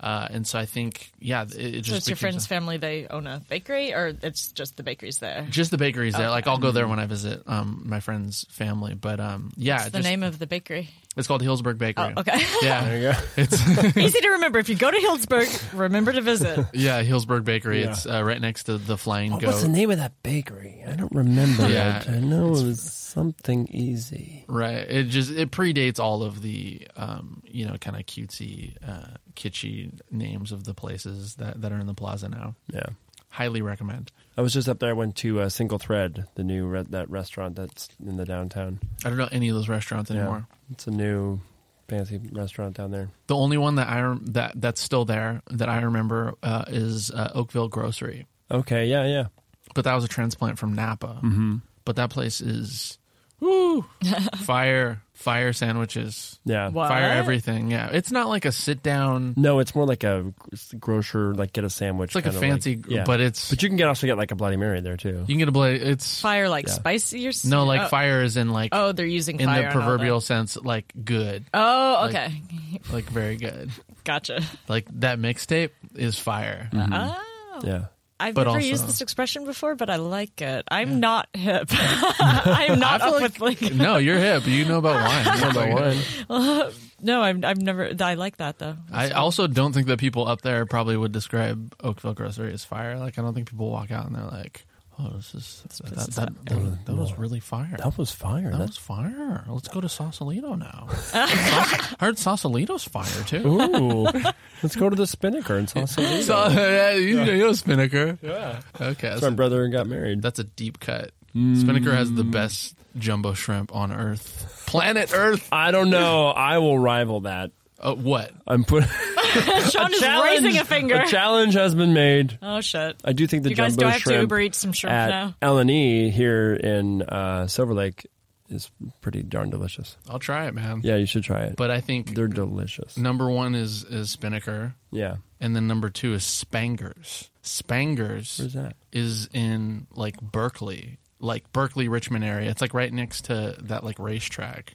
F: Uh, and so I think, yeah, it, it just
E: So it's your
F: becomes
E: friend's
F: a-
E: family. They own a bakery, or it's just the bakeries there.
F: just the bakeries there. Like I'll go there when I visit um, my friend's family. But um, yeah,
E: What's the
F: just-
E: name of the bakery? [laughs]
F: It's called Hillsburg Bakery.
E: Oh, okay.
F: Yeah, there you go. It's [laughs]
E: Easy to remember. If you go to Hillsburg, remember to visit.
F: yeah, Hillsburg Bakery. It's uh, right next to the Flying
B: What
F: Goat.
B: was the name of that bakery? I don't remember
F: Yeah,
B: it. I know it was something easy.
F: Right. It just it predates all of the um, you know kind of cutesy, uh, kitschy names of the places that that are in the plaza now.
B: Yeah.
F: Highly recommend.
B: I was just up there. I went to uh, Single Thread, the new re- that restaurant that's in the downtown.
F: I don't know any of those restaurants anymore.
B: It's a new fancy restaurant down there.
F: The only one that I rem- that that's still there that I remember uh, is uh, Oakville Grocery,
B: Okay, yeah, yeah.
F: but that was a transplant from Napa. Mm-hmm. But that place is
B: [laughs]
F: woo fire fire sandwiches.
B: Yeah.
E: What?
F: Fire everything, yeah. It's not like a sit down.
B: No, it's more like a gr- grocer, like get a sandwich.
F: It's like a
B: kinda
F: fancy,
B: like- yeah.
F: but it's
B: But you can get also get like a Bloody Mary there too.
F: you can get a blade. It's
E: Fire like
B: Yeah.
E: spicy or s-
F: No, like
E: oh.
F: fire is in like
E: Oh, they're using
F: in
E: fire
F: the
E: and all that.
F: proverbial sense, like good,
E: Oh,
F: like-
E: okay,
F: like very good.
E: gotcha.
F: Like that mixtape is fire.
B: Uh-huh. Mm-hmm.
E: Oh,
B: yeah.
E: I've
F: But
E: never
F: also-
E: used this expression before, but I like it. I'm not hip. [laughs]
B: [laughs]
E: I'm not up with like.
F: No, you're hip. You know about wine. You know about wine.
E: [laughs] No, I'm. I've never. I like that though.
F: I also don't think that people up there probably would describe Oakville Grocery as fire. Like I don't think people walk out and they're like, "Oh, this is that that,
E: is
F: that, that was really fire."
B: That was fire.
F: That was
B: That's
F: fire. Let's go to
E: [laughs]
F: Sausalito now. I heard Sausalito's fire too. [laughs]
B: ooh. Let's go to the Spinnaker and Sausalito. That's
F: So, [laughs] yeah, you, you know Spinnaker. Yeah. Okay.
B: where my brother got married.
F: That's a deep cut. Spinnaker has the best jumbo shrimp on Earth, planet Earth.
B: I don't know. I will rival that.
F: Uh, what?
B: I'm [laughs] putting
E: Sean is raising a finger.
B: challenge has been made.
E: oh shit!
B: I do think the
E: You guys
B: jumbo
E: do have to
B: shrimp
E: Uber Eats some shrimp
B: at
E: now.
B: L and E here in uh, Silver Lake is pretty darn delicious.
F: I'll try it, man.
B: Yeah, you should try it.
F: But I think
B: they're delicious.
F: number one is is Spinnaker,
B: Yeah,
F: and then number two is Spangers. Spangers
B: where's that?
F: is in like Berkeley, like Berkeley Richmond area. It's like right next to that like racetrack,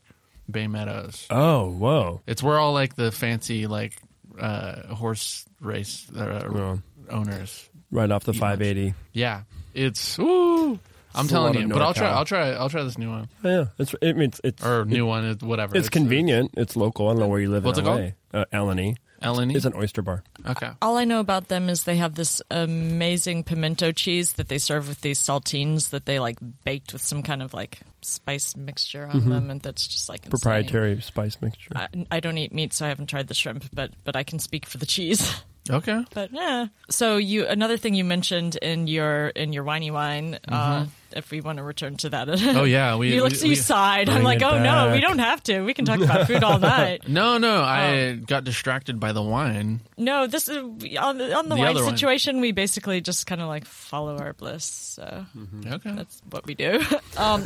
F: Bay Meadows.
B: Oh, whoa.
F: It's where all like the fancy like uh, horse race uh,
B: Well.
F: owners
B: Right off the 580.
F: Yeah, it's. Ooh, I'm
B: It's a
F: telling
B: lot
F: you,
B: of
F: but I'll try.
B: NorCal.
F: I'll try. I'll try this new one
B: Yeah, it's it means it's
F: or new one. It's uh, whatever.
B: it's convenient. It's local. I don't know where you live.
F: What's
B: in
F: it
B: LA.
F: called? E?
B: Uh, Eleni.
F: Eleni.
B: It's an oyster bar.
F: okay.
E: All I know about them is they have this amazing pimento cheese that they serve with these saltines that they like baked with some kind of like spice mixture on them, and that's just like insane.
B: Mm-hmm. Proprietary spice mixture.
E: I, I don't eat meat, so I haven't tried the shrimp, but but I can speak for the cheese. [laughs]
F: Okay.
E: But yeah. So you another thing you mentioned in your in your whiny wine, uh, if we want to return to that.
F: Mm-hmm.
E: [laughs]
F: Oh yeah. We.
E: you
F: we-
E: looked you
F: we-
E: sighed. I'm
B: Bring
E: like,
B: it
E: oh no, we
B: back.
E: don't have to. We can talk about food
F: [laughs]
E: all night.
F: no, no. I got distracted by the wine.
E: No, this is on the, on the, wine
F: other wine.
E: situation. We basically just kind of like follow our bliss. So
F: Okay.
E: that's what we do. [laughs] Um,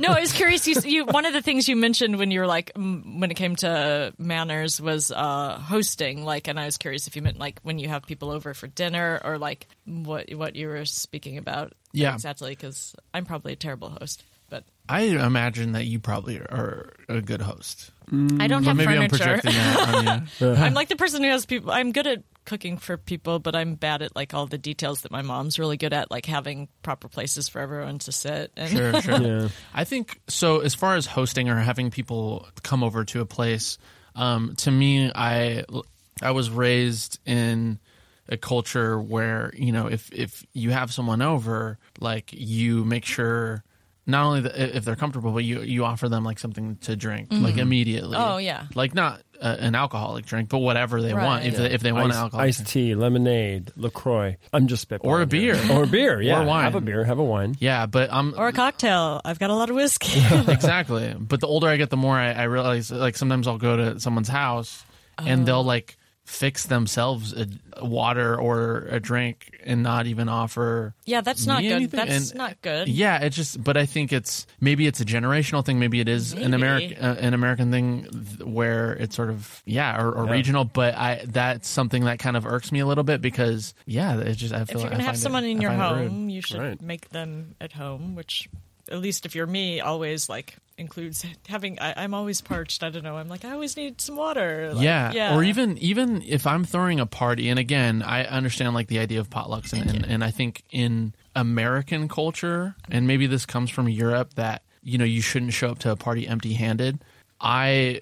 E: no, I was curious. You, you one of the things you mentioned when you were like m- when it came to manners was uh, hosting. Like, and I was curious if you meant like when you have people over for dinner or like what what you were speaking about.
F: Yeah.
E: exactly. Because I'm probably a terrible host, but
F: I imagine that you probably are a good host.
E: I don't have
F: Maybe I'm
E: furniture.
F: projecting that
E: [laughs]
F: on you.
E: I'm like the person who has people. I'm good at cooking for people, but I'm bad at like all the details that my mom's really good at, like having proper places for everyone to sit. And
F: [laughs] Sure, sure. I think so. As far as hosting or having people come over to a place, um, to me, I I was raised in a culture where you know if if you have someone over, like you make sure not only that if they're comfortable, but you you offer them like something to drink like immediately.
E: Oh, yeah.
F: like not uh, an alcoholic drink, but whatever they
E: Right.
F: want. If they, if they want an
B: Ice,
F: alcohol,
B: iced tea, lemonade, Lacroix. I'm just spitballing.
F: Or a
B: here.
F: beer.
B: or a beer. Yeah,
F: Or wine.
B: Have a beer. Have a wine.
F: yeah, but I'm
E: [laughs] or a cocktail. I've got a lot of
F: [laughs]
E: whiskey. [laughs]
F: exactly. But the older I get, the more I, I realize. Like sometimes I'll go to someone's house and
E: Oh.
F: they'll like fix themselves a, a water or a drink and not even offer.
E: yeah, that's not
F: me
E: good.
F: anything.
E: That's
F: And-
E: not good.
F: Yeah, it's just. But I think it's maybe it's a generational thing. Maybe it is an
E: Maybe.
F: American uh, an American thing th- where it's sort of yeah or, or regional. But I that's something that kind of irks me a little bit because yeah, it's just I
E: If
F: feel
E: you're
F: like
E: gonna
F: I find
E: have
F: it-
E: someone in
F: I
E: your
F: find it rude.
E: home, you should
B: Right.
E: make them at home. Which, at least if you're me, always like includes [laughs] having. I, I'm always parched. I don't know. I'm like, I always need some water. Like,
F: yeah. Or even even if I'm throwing a party, and again, I understand like the idea of potlucks, and, and, and I think in American culture, and maybe this comes from Europe, that you know you shouldn't show up to a party empty-handed. I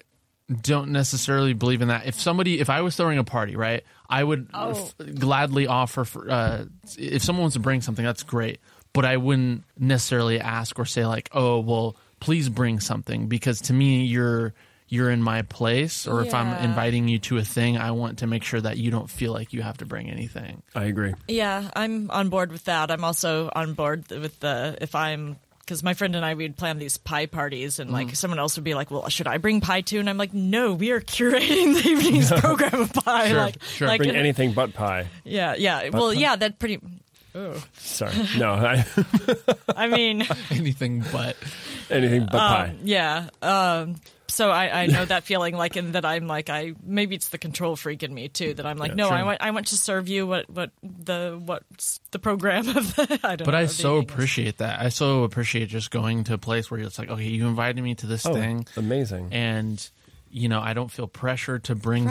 F: don't necessarily believe in that. If somebody, if I was throwing a party, right, I would
E: Oh.
F: f- gladly offer. For, uh, if someone wants to bring something, that's great, but I wouldn't necessarily ask or say like, "Oh, well, please bring something," because to me, you're you're in my place, or if I'm
E: Yeah.
F: inviting you to a thing, I want to make sure that you don't feel like you have to bring anything. [laughs]
B: I agree.
E: Yeah, I'm on board with that. I'm also on board with the if I'm because my friend and I we'd plan these pie parties and
F: Mm.
E: like someone else would be like, "Well, should I bring pie too?" And I'm like, "No, we are curating [laughs]
B: [laughs]
E: the evening's program of pie."
F: Sure,
E: like,
F: sure.
E: like
B: Bring anything but pie.
E: yeah, yeah. Well, yeah, that pretty.
B: Sorry, no, I, [laughs]
E: I mean.
F: Anything but
B: anything but pie.
E: Um, yeah. Um, so I, I know that feeling, like, and that I'm like, I maybe it's the control freak in me too. That I'm like, no, I want, I want to serve you what, what the, what's the program of the. [laughs] I don't
F: But
E: know
F: I
E: the
F: so
E: evening is.
F: appreciate that. I so appreciate just going to a place where it's like, okay, you invited me to this
B: Oh,
F: thing,
B: amazing.
F: and you know, I don't feel pressure to bring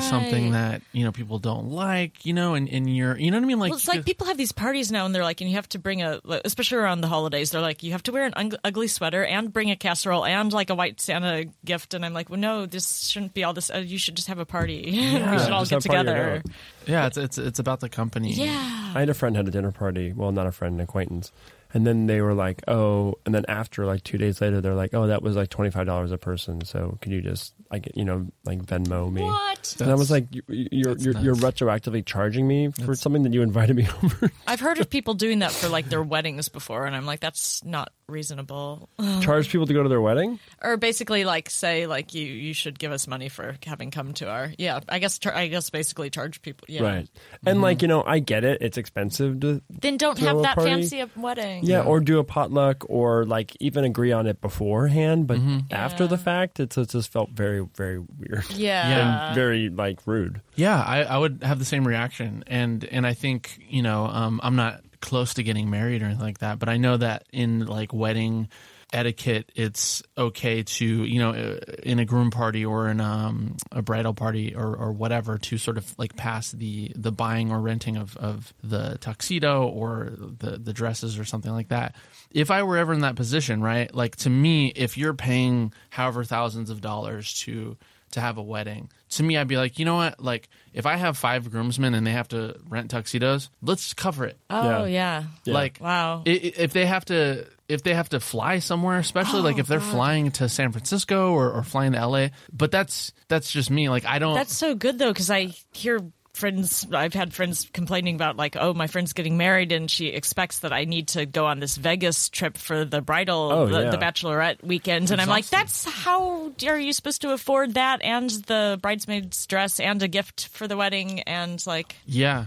E: Right.
F: something that you know people don't like. You know, and and you're, you know what I mean? Like,
E: Well, it's like people have these parties now, and they're like, and you have to bring a, especially around the holidays, they're like, you have to wear an ung- ugly sweater and bring a casserole and like a white Santa gift. And I'm like, well, no, this shouldn't be all this. Uh, you should just have a party. [laughs] we should all
B: just have
E: get
B: a party
E: together.
B: around.
F: yeah, it's it's it's about the company.
E: Yeah.
B: I had a friend had a dinner party. Well, not a friend, an acquaintance. And then they were like, "Oh!" And then after like two days later, they're like, "Oh, that was like twenty five dollars a person. So can you just like you know like Venmo me?"
E: What?
B: And I was like, you, "You're you're, you're retroactively charging me for something that you invited me [laughs] over.
E: I've heard of people doing that for like their weddings before, and I'm like, that's not reasonable. [laughs]
B: Charge people to go to their wedding?
E: Or basically, like say, like you you should give us money for having come to our yeah. I guess char- I guess basically charge people yeah.
B: Right? Mm-hmm. And like you know, I get it. It's expensive to
E: Then don't
B: Throw a
E: have that
B: party.
E: fancy a wedding.
B: yeah, or do a potluck, or like even agree on it beforehand. But after the fact, it's it just felt very very weird.
E: Yeah.
B: [laughs] and very like rude.
F: Yeah, I, I would have the same reaction, and and I think you know um, I'm not close to getting married or anything like that, but I know that in like wedding etiquette, it's okay to you know uh, in a groom party or in um, a bridal party or, or whatever to sort of like pass the the buying or renting of, of the tuxedo or the the dresses or something like that. If I were ever in that position, right? Like to me, if you're paying however thousands of dollars to to have a wedding. To me, I'd be like, you know what? Like, if I have five groomsmen and they have to rent tuxedos, let's cover it.
E: Oh
B: Yeah.
E: yeah.
F: Like,
E: Wow.
F: i- i- if they have to, if they have to fly somewhere,
E: Oh,
F: especially like if they're flying to San Francisco or, or flying to LA. But that's that's just me. Like, I don't.
E: That's so good though, because I hear friends. I've had friends complaining about like, oh, my friend's getting married, and she expects that I need to go on this Vegas trip for the bridal,
B: Oh,
E: the,
B: yeah.
E: the bachelorette weekend, and I'm like, that's how are you supposed to afford that and the bridesmaid's dress and a gift for the wedding and like
F: yeah.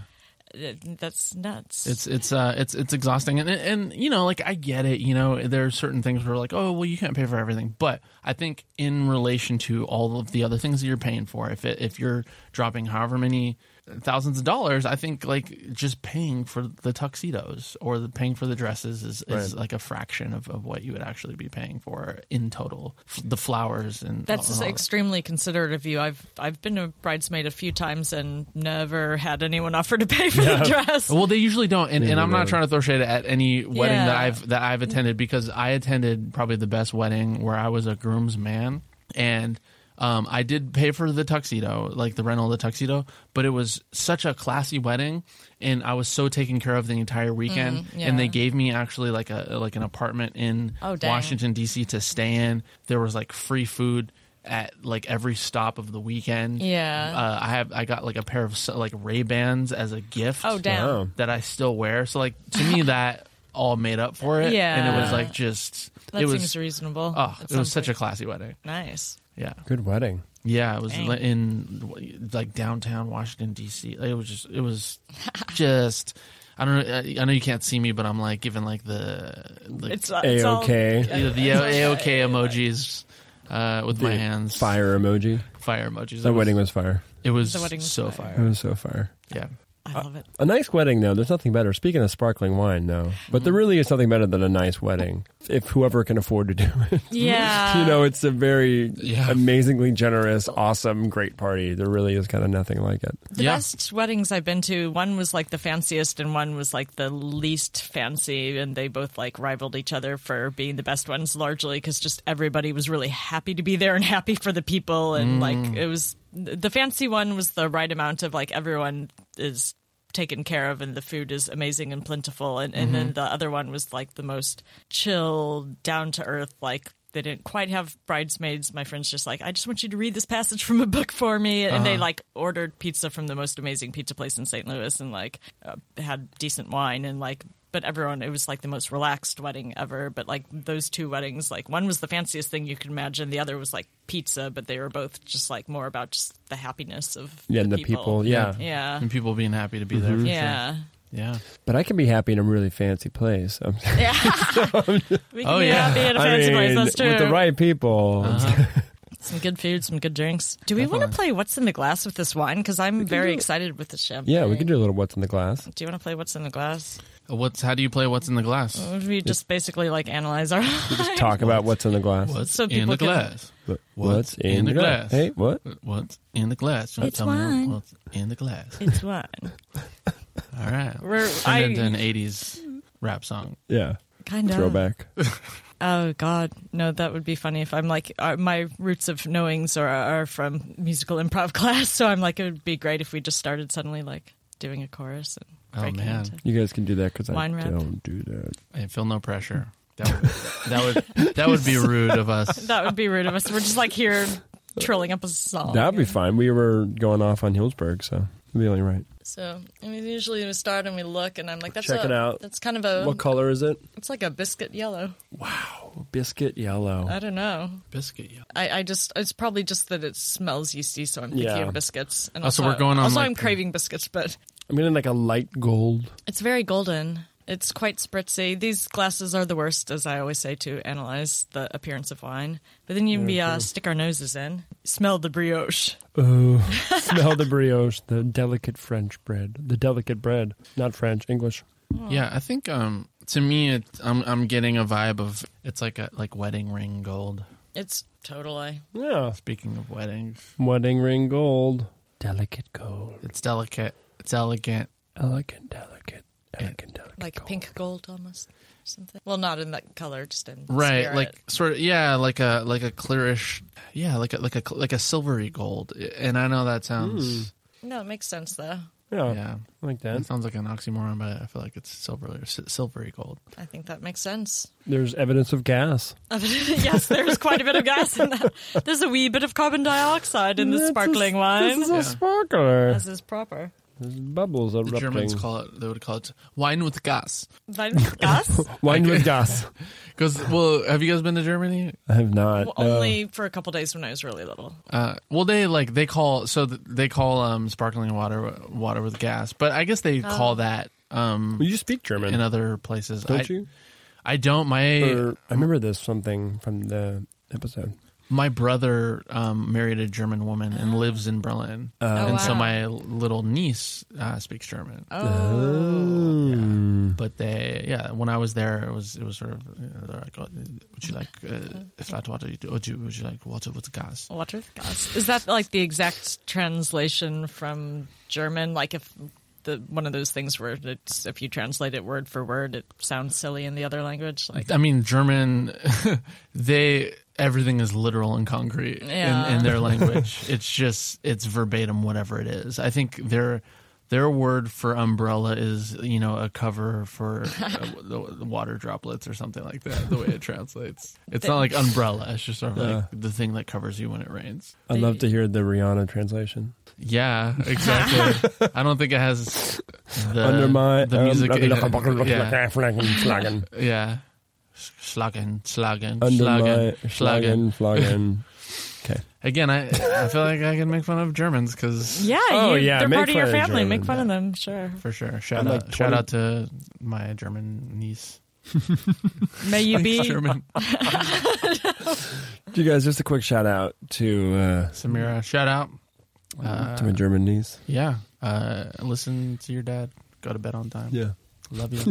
E: uh, that's nuts.
F: It's it's uh it's it's exhausting and and you know like I get it you know there are certain things where like oh well you can't pay for everything but I think in relation to all of the other things that you're paying for if it, if you're dropping however many thousands of dollars I think like just paying for the tuxedos or the paying for the dresses is, is like a fraction of, of what you would actually be paying for in total F- the flowers and
E: That's
F: all- all that.
E: extremely considerate of you. I've I've been a bridesmaid a few times and never had anyone [laughs] offer to pay for the dress.
F: Well, they usually don't, and, and I'm not trying to throw shade at any wedding that
E: Yeah.
F: I've that I've attended because I attended probably the best wedding where I was a groomsman, and um, I did pay for the tuxedo, like the rental of the tuxedo, but it was such a classy wedding, and I was so taken care of the entire weekend, and they
E: Mm-hmm, yeah.
F: gave me actually like a like an apartment in
E: Oh, dang.
F: Washington D.C. to stay in. There was like free food. At like every stop of the weekend,
E: Yeah.
F: Uh, I have I got like a pair of like Ray Bans as a gift
E: Oh, damn. Wow.
F: that I still wear. So like to me that all made up for it.
E: Yeah.
F: And it was like just
E: that
F: it was
E: seems reasonable.
F: oh,
E: That
F: it was
E: sounds
F: such a classy wedding.
E: nice.
F: Yeah.
B: Good wedding.
F: Yeah, it was
E: Dang.
F: li- in like downtown Washington D.C. It was just
E: [laughs]
F: it was just I don't know I- I know you can't see me but I'm like giving like the like
E: It's, uh, it's all-
B: A-OK.
F: either the AOK emojis uh, with my hands
B: Fire emoji.
F: fire emojis.
B: The
F: It was-
B: wedding was fire.
F: It was
E: The wedding was
F: so
E: fire.
B: It
F: fire.
B: was so fire.
F: Yeah.
E: I love it.
B: A nice wedding, though. There's nothing better. Speaking of sparkling wine, though, but there really is nothing better than a nice wedding if whoever can afford to do [laughs] it.
E: Yeah.
B: you know, it's a very
F: Yeah.
B: amazingly generous, awesome, great party. There really is kind of nothing like it.
E: The
F: Yeah.
E: best weddings I've been to, one was like the fanciest and one was like the least fancy, and they both like rivaled each other for being the best ones largely because just everybody was really happy to be there and happy for the people. And like it was the fancy one was the right amount of like everyone is taken care of and the food is amazing and plentiful. And, and
B: Mm-hmm.
E: then the other one was like the most chill, down to earth, like they didn't quite have bridesmaids. My friend's just like, I just want you to read this passage from a book for me. And
B: Uh-huh.
E: they like ordered pizza from the most amazing pizza place in St. Louis and like uh, had decent wine and like, but everyone, it was like the most relaxed wedding ever. But like those two weddings, like one was the fanciest thing you could imagine. The other was like pizza, but they were both just like more about just the happiness of
B: Yeah, and the people, yeah.
E: Yeah.
F: and people being happy to be
B: Mm-hmm.
F: there. For
E: Uh. Yeah.
F: sure. yeah.
B: But I can be happy in a really fancy place. I'm,
E: We
F: Oh,
E: can be
F: yeah.
E: happy at
B: [laughs]
E: a
B: I
E: fancy
B: mean,
E: place. That's true.
B: with the right people.
F: Uh-huh.
E: Some good food, some good drinks. Do we want to play What's in the Glass with this wine? Because I'm very excited with the
B: [laughs]
E: champagne.
B: Yeah, we can do a little what's in the glass.
E: Do you want to play What's in the Glass?
F: What's how do you play? What's in the glass?
E: We just basically like analyze
B: [laughs]
E: our. [laughs]
B: Just talk about what's in the glass.
F: What's
E: So
F: in
E: people
F: the
E: can-
F: glass?
B: What's,
F: What's in the glass? Uh,
B: Hey, what?
F: What's in the glass? Don't
E: It's
F: tell me
E: wine.
F: what's in the glass.
E: It's wine.
F: All right.
E: We're-
F: Turned into
E: I-
F: an '80s rap song.
B: Yeah,
E: Kind of.
B: throwback.
E: Oh God, no! That would be funny if I'm like uh, my roots of knowings are are from musical improv [laughs] class. So I'm like, it would be great if we just started suddenly like doing a chorus and
F: Oh,
E: breaking
F: man.
E: into.
B: You guys can do that because I
E: Wine rap.
B: don't do that.
F: I feel no pressure. That would that would that would be rude
E: [laughs]
F: of us.
E: That would be rude of us. We're just
B: [laughs]
E: like here trilling up a song.
B: That'd be fine. We were going off on Hillsburg, so it'd be only right.
E: So I mean, usually we start and we look, and I'm like, that's
B: Check
E: a,
B: it out.
E: That's kind of a.
B: What color is it?
E: it's like a biscuit yellow.
B: Biscuit yellow.
E: I don't know.
F: Biscuit. Yeah.
E: I, I just it's probably just that it smells yeasty, so I'm thinking
B: Yeah.
E: of biscuits. And
F: Oh, so we're going on,
E: Also,
F: like,
E: I'm
F: the-
E: craving biscuits, but
B: I'm in like a light gold.
E: it's very golden. It's quite spritzy. These glasses are the worst, as I always say, to analyze the appearance of wine. But then you can be uh, stick our noses in, smell the brioche. [laughs]
B: Oh, smell the brioche, the delicate French bread. The delicate bread, not French, English.
E: Oh.
F: I think um to me it, I'm I'm getting a vibe of it's like a like wedding ring gold.
E: It's totally.
B: Yeah.
F: Speaking of weddings,
B: Wedding ring gold. Delicate gold.
F: it's delicate. It's elegant.
B: Elegant, delicate. Elegant, delicate.
E: like
B: gold.
E: pink gold almost something well not in that color just in
F: right
E: spirit.
F: like sort of yeah like a like a clearish yeah like a like a like a silvery gold and i know that sounds
E: no it makes sense though Hmm.
B: Yeah.
F: yeah
B: I Like that.
F: it sounds like an oxymoron but i feel like it's silvery or si- silvery gold
E: i think that makes sense [laughs]
B: There's evidence of gas.
E: yes there's quite a bit of gas in that there's a wee bit of carbon dioxide in the
B: That's a-
E: sparkling wine
B: This is a sparkler.
E: as is proper
B: There's bubbles
F: the
B: erupting.
F: germans call it they would call it wine with gas
E: Wine
B: [laughs]
E: with gas
B: Wine with gas.
F: because well have you guys been to germany
B: I have not.
E: well,
B: no.
E: only for a couple days when i was really little
F: uh well they like they call so th- they call um sparkling water water with gas but i guess they call that um
B: Well, you speak German,
F: in other places
B: don't
F: I,
B: you?
F: i don't my
B: Or, I remember this something from the episode.
F: My brother um, married a German woman and lives in Berlin,
B: Oh,
F: and so
E: wow.
F: my little niece uh, speaks German.
E: Oh.
F: But they, yeah, when I was there, it was it was sort of you know, they're like, oh, would you like uh, flat water, or do, would you like water with gas?
E: water with gas is that like the exact translation from german like if the one of those things where it's if you translate it word for word it sounds silly in the other language like
F: I mean, German, [laughs] they everything is literal and concrete in,
E: Yeah.
F: in their
E: [laughs]
F: language. it's just it's verbatim whatever it is. I think their their word for umbrella is you know a cover for
E: [laughs]
F: uh, the, the water droplets or something like that. The way it translates, it's not like umbrella. It's just sort of like the thing that covers you when it rains.
B: I'd love to hear the Rihanna translation. [laughs]
F: Yeah, exactly. I don't think it has the
B: Under my
F: the
B: um,
F: music. yeah. [laughs]
B: yeah.
F: Yeah. Schlagen, schlagen,
B: Under
F: schlagen,
B: my Schlagen,
F: [laughs]
B: Schlagen. Okay.
F: Again, I I feel like I can make fun of Germans because
E: Yeah,
B: Oh,
E: you,
B: yeah,
E: they're
B: make
E: part of your
B: fun of
E: family. Make
B: Germans.
E: fun of them, sure.
F: for sure. Shout
B: I'm
F: out,
B: like
F: shout
B: 20
F: out to my German niece.
E: May you be
F: [laughs] German
B: You guys, just a quick shout out to uh,
F: Samira. Shout out. Uh,
B: to my German niece.
F: yeah, Uh, listen to your dad. Go to bed on time.
B: Yeah.
F: Love you.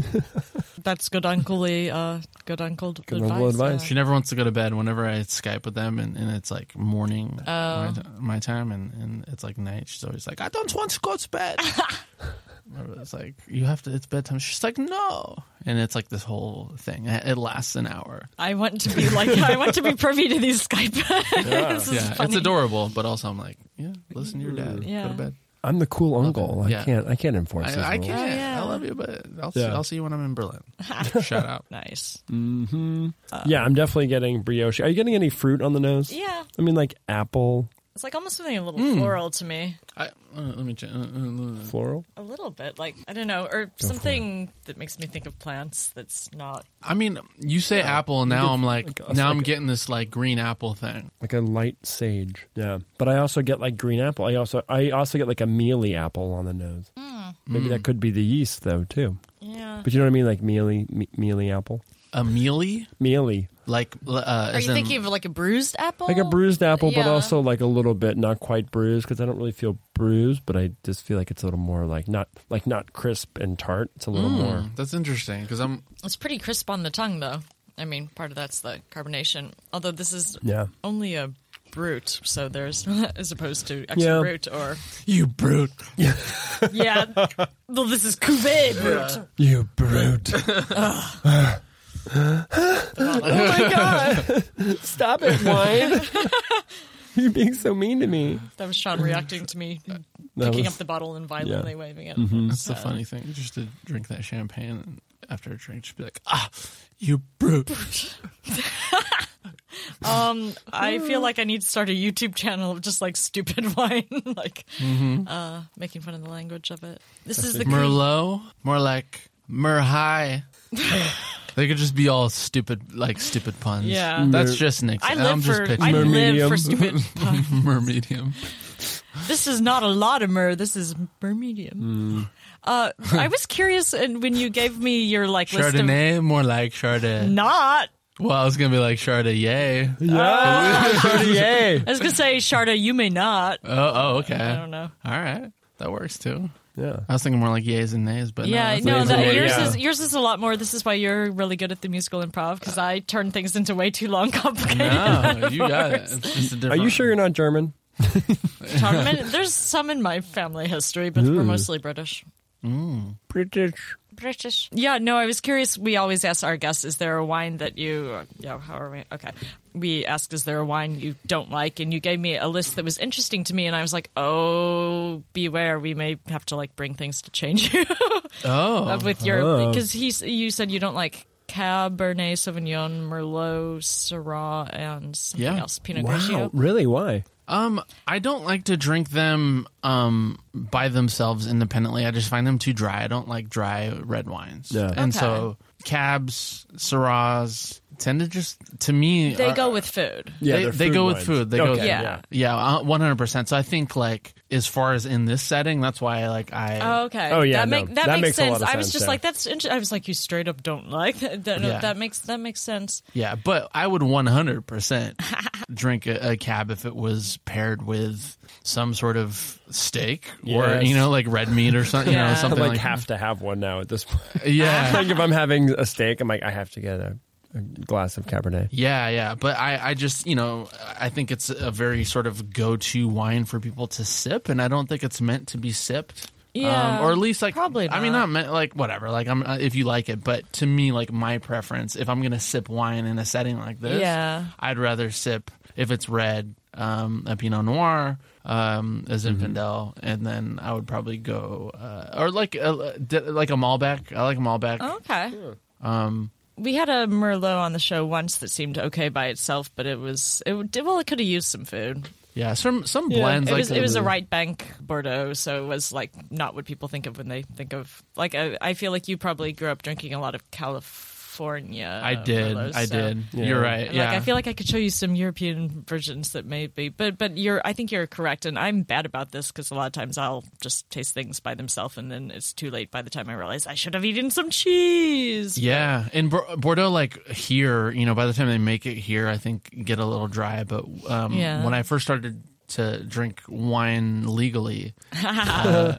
E: That's good uncle uh, good uncle
B: Good
E: advice.
B: uncle advice.
E: yeah.
F: she never wants to go to bed whenever I Skype with them and, and it's like morning
E: Oh.
F: my, t- my time and, and it's like night. She's always like, I don't want to go
E: [laughs]
F: to bed. it's like, you have to, it's bedtime. She's like, no. And it's like this whole thing. It it lasts an hour.
E: I want to be like I want to be privy to these Skype. [laughs] This is
F: yeah,
E: funny.
F: it's adorable, but also I'm like, yeah, listen to your dad.
E: Yeah.
F: Go to bed.
B: I'm the cool uncle. I
F: Yeah.
B: can't. I can't enforce
F: I,
B: those
F: I
B: rules.
F: can't.
E: yeah.
F: I love you, but I'll, see,
B: Yeah.
F: I'll see you when I'm
E: [laughs]
F: in Berlin. Shout out.
E: Nice.
B: yeah, I'm definitely getting brioche. Are you getting any fruit on the nose?
E: Yeah,
B: I mean, like apple,
E: it's like almost something a little
B: Hmm.
E: floral to me.
F: I, uh, let me check. Uh, uh, uh.
B: floral.
E: A little bit, like I don't know, or something that makes me think of plants. That's not.
F: I mean, you say apple, and now I'm like,
B: like a-
F: now I'm
B: like a-
F: getting this like green apple thing.
B: like a light sage. Yeah, but I also get like green apple. I also I also get like a mealy apple on the nose.
E: Hmm.
B: Maybe that could be the yeast though too.
E: Yeah.
B: But you know what I mean, like mealy me- mealy apple,
F: A mealy?
B: mealy
F: Like, uh,
E: Are you thinking of like a bruised apple?
B: like a bruised apple, but
E: Oh, yeah.
B: also like a little bit not quite bruised because I don't really feel bruised, but I just feel like it's a little more like not like not crisp and tart. It's a little more.
F: That's interesting because I'm.
E: It's pretty crisp on the tongue, though. I mean, part of that's the carbonation. Although this is
B: Yeah.
E: only a brute, so there's [laughs] as opposed to extra
B: Yeah.
E: brute or
F: You brute.
E: [laughs] yeah. well, this is cuvée brute.
B: You brute! [laughs]
E: Oh my god,
B: [laughs] Stop it, wine. You're being so mean to me.
E: [laughs] that was Sean reacting to me
B: That
E: picking
B: was-
E: up the bottle and violently
B: yeah. Mm-hmm.
E: waving it.
F: That's the funny thing. Just to drink that champagne and after a drink, just be like, ah, you
E: [laughs]
F: brute.
E: Um, I feel like I need to start a YouTube channel of just like stupid [laughs] wine, like
B: Mm-hmm.
E: uh, making fun of the language of it. This is the Merlot.
F: Merlot? More like
E: [laughs]
F: Merhai. they could just be all stupid, like stupid puns.
E: Yeah.
F: That's just Nick.
E: I
F: I'm
E: live
F: just
E: for [laughs]
F: picking
E: I live for
B: Mermedium.
E: stupid. puns. [laughs]
F: mer medium.
E: this is not a Latimer. This is Bermedium.
B: Mm. [laughs]
E: Uh, I was curious, and when you gave me your like list
F: Chardonnay, more like
E: of
F: Chardonnay.
E: not,
F: Well, I was going to be like Chardonnay.
B: [laughs] Yay!
E: I was gonna say Sharda, you may not.
F: Oh, oh, okay.
B: Uh,
E: I don't know.
F: All right. That works too.
B: Yeah.
F: I was thinking more like yays and nays, but
E: Yeah,
F: no,
E: no,
B: that's
E: that,
B: amazing.
E: yours
B: Yeah.
E: is yours is a lot more. This is why you're really good at the musical improv because I turn things into way too long, [laughs] complicated.
B: Oh,
F: no, you got it. It's just a
B: Are
F: different.
B: you sure you're not German?
E: tournament. There's some in my family history, but we're mostly British.
B: British.
E: British. Yeah, no, I was curious. We always ask our guests, is there a wine that you, yeah, how are we? Okay. We ask, is there a wine you don't like? And you gave me a list that was interesting to me. And I was like, oh, beware. We may have to like bring things to change you [laughs]
F: Oh,
E: with your, because he's, you said you don't like Cabernet Sauvignon, Merlot, Syrah, and something
F: Yeah.
E: else, Pinot
B: Wow,
E: Grigio.
B: really? Why?
F: um, I don't like to drink them um by themselves independently. I just find them too dry. I don't like dry red wines.
B: Yeah.
E: Okay.
F: and so cabs, syrahs tend to just to me
E: They
F: are-
E: go with food.
B: Yeah,
F: they,
B: they're
F: they
B: food
F: go with
B: wines.
F: food. They go
B: Okay,
F: with,
E: Yeah.
F: yeah, uh, one hundred percent. So I think like as far as in this setting, that's why like I
E: Oh, okay.
B: Oh, yeah,
E: That,
B: no,
E: make, that,
B: that
E: makes,
B: makes a lot
E: sense.
B: of
E: I was
B: sense,
E: just
B: yeah.
E: like, that's. Inter-. I was like, you straight up don't like that. That,
F: Yeah.
E: that makes that makes sense.
F: Yeah, but I would 100% drink a, a cab if it was paired with some sort of steak or,
B: Yes.
F: you know, like red meat or something, you
E: Yeah.
F: know,
B: I
F: something
B: like,
F: like, hmm.
B: have to have one now at this
F: [laughs]
B: point.
F: Yeah.
B: like if I'm having a steak, I'm like, I have to get a, a glass of Cabernet.
F: Yeah, yeah. But I, I just, you know, I think it's a very sort of go to wine for people to sip, and I don't think it's meant to be sipped. Um,
E: Yeah,
F: or at least like
E: probably
F: I mean,
E: not.
F: not meant like whatever. Like, I'm uh, if you like it, but to me, like my preference, if I'm gonna sip wine in a setting like this,
E: Yeah.
F: I'd rather sip if it's red, um, a Pinot Noir, um, a Zinfandel, and then I would probably go uh, or like a, like a Malbec. I like a Malbec.
E: Okay.
B: Um,
E: we had a Merlot on the show once that seemed okay by itself, but it was it did well. It could have used some food.
F: Yeah, some some blends.
E: it
F: like
E: was it was a
F: the-
E: right bank Bordeaux, so it was like not what people think of when they think of like. I, I feel like you probably grew up drinking a lot of California.
F: I did.
E: Merlots,
F: I
E: Uh, so-
F: did.
B: Yeah.
F: You're right.
E: And,
F: Uh, Yeah.
E: Like I feel like I could show you some European versions that may be, but but you're I think you're correct, and I'm bad about this because a lot of times I'll just taste things by themselves, and then it's too late by the time I realize I should have eaten some cheese.
F: yeah, and Bor- Bordeaux, like here, you know, by the time they make it here, I think get a little dry. But um,
E: Yeah. [laughs]
F: when I first started to drink wine legally, uh,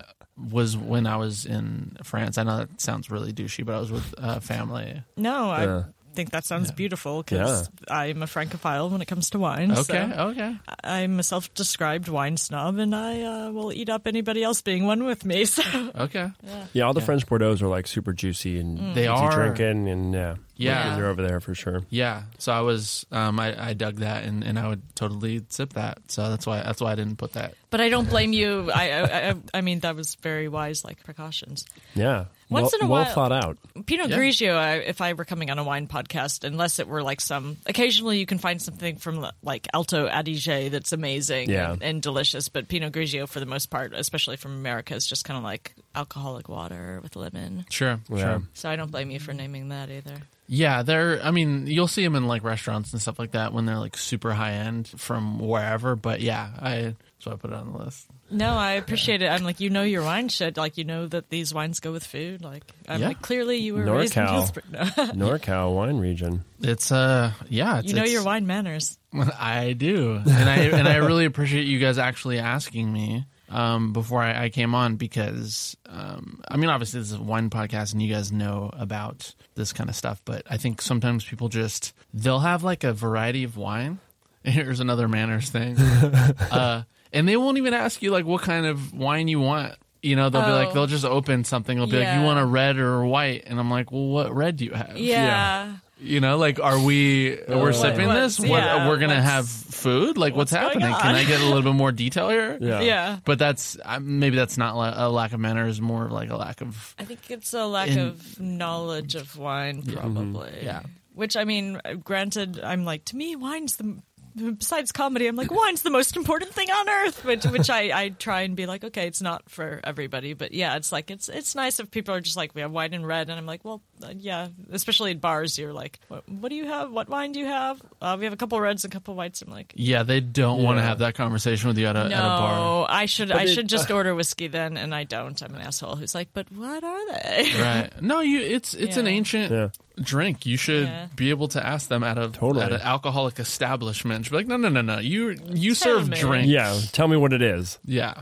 F: was when I was in France. I know that sounds really douchey, but I was with uh, family.
E: No, I
C: Yeah.
E: think that sounds beautiful because I'm a francophile when it comes to wine. so
F: Okay, okay.
E: I'm a self-described wine snob, and I uh, will eat up anybody else being one with me. [laughs] So
F: Okay.
B: Yeah, all the French Bordeaux's are like super juicy and
F: Mm. They
B: easy
F: are.
B: drinking, and yeah,
F: Yeah.
B: they're over there for sure.
F: Yeah. So I was um I, I dug that and, and I would totally sip that. So that's why that's why I didn't put that.
E: But I don't blame you. [laughs] I, I, I, I mean, that was very wise, like precautions.
B: Yeah, well,
E: Once in a
B: well
E: while-
B: thought out.
E: Pinot
F: Yeah.
E: Grigio, I, if I were coming on a wine podcast, unless it were like some, occasionally you can find something from like Alto Adige that's amazing
B: Yeah.
E: and, and delicious. But Pinot Grigio, for the most part, especially from America, is just kind of like alcoholic water with lemon.
F: Sure.
B: Yeah.
F: Sure.
E: So I don't blame you for naming that either.
F: Yeah, they're I mean, you'll see them in like restaurants and stuff like that when they're like super high end from wherever, but yeah, I so I put it on the list.
E: No, I appreciate it. I'm like, you know your wine shit. Like, you know that these wines go with food. Like, I'm
F: Yeah.
E: like, clearly you were raised in
B: NorCal.
E: Hillsborough. [laughs] No.
B: NorCal wine region.
F: It's uh yeah, it's,
E: you know
F: it's-
E: your wine manners.
F: [laughs] I do, and I and I really appreciate you guys actually asking me um, before I, I came on because um, I mean, obviously this is a wine podcast, and you guys know about this kind of stuff. But I think sometimes people just they'll have like a variety of wine. [laughs] Here's another manners thing, uh, and they won't even ask you like what kind of wine you want. You know, they'll be
E: Oh.
F: like they'll just open something. They'll be like,
E: Yeah.
F: "You want a red or a white?" And I'm like, "Well, what red do you have?"
E: Yeah.
F: You know, like, are we we're sipping
E: what's-
F: this? What,
E: yeah,
F: we're gonna
E: what's-
F: have food? Like, what's,
E: what's going
F: happening? Can
E: on?
F: I get a little bit more detail here?
B: Yeah.
E: Yeah.
F: But that's I- maybe that's not la- a lack of manners, more of like a lack of
E: I think it's a lack
F: In-
E: of knowledge of wine, probably.
F: Yeah.
E: Which, I mean, granted, I'm like, to me, wine's the. Besides comedy, I'm like wine's the most important thing on earth, which which I, I try and be like, okay, it's not for everybody, but yeah, it's like it's it's nice if people are just like we have wine and red, and I'm like, well, uh, yeah, especially at bars, you're like, what, what do you have? What wine do you have? Uh, we have a couple reds and a couple whites. I'm like,
F: yeah. They don't want to have that conversation with you at a,
E: no,
F: at a bar, uh,
E: I should I
B: it-
E: should just order whiskey then, and I don't. I'm an asshole who's like, but what are they?
F: [laughs] right? No, you. It's it's an
E: Yeah.
F: ancient
B: Yeah.
F: drink. You should
E: Yeah.
F: be able to ask them at a
B: Totally.
F: at an alcoholic establishment. Be like, no, no, no, no. You you serve
E: me.
F: drinks.
B: Yeah, tell me what it is.
F: yeah.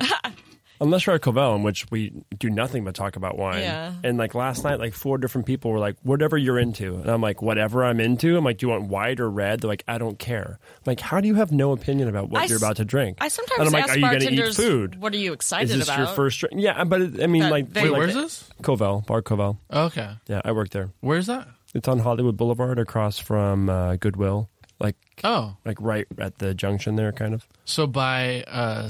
B: Unless you're at Covell, in which we do nothing but talk about wine.
E: Yeah.
B: And like last night, like four different people were like, whatever you're into. And I'm like, whatever I'm into. I'm like, do you want white or red? They're like, I don't care. I'm like, how do you have no opinion about what
E: I
B: you're
E: s-
B: about to drink?
E: I sometimes
B: and I'm
E: ask
B: like, are you going to eat
E: bartenders,
B: food?
E: "What are you excited
B: Is this
E: about?"
B: your first drink? Yeah, but it, I mean,
E: That
B: like,
E: they-
F: Wait,
B: like
F: where's this?
B: Covell, Bar Covell.
F: Okay,
B: Yeah, I work there.
F: where's that?
B: It's on Hollywood Boulevard across from uh, Goodwill, like
F: Oh,
B: like right at the junction there, kind of.
F: so by uh,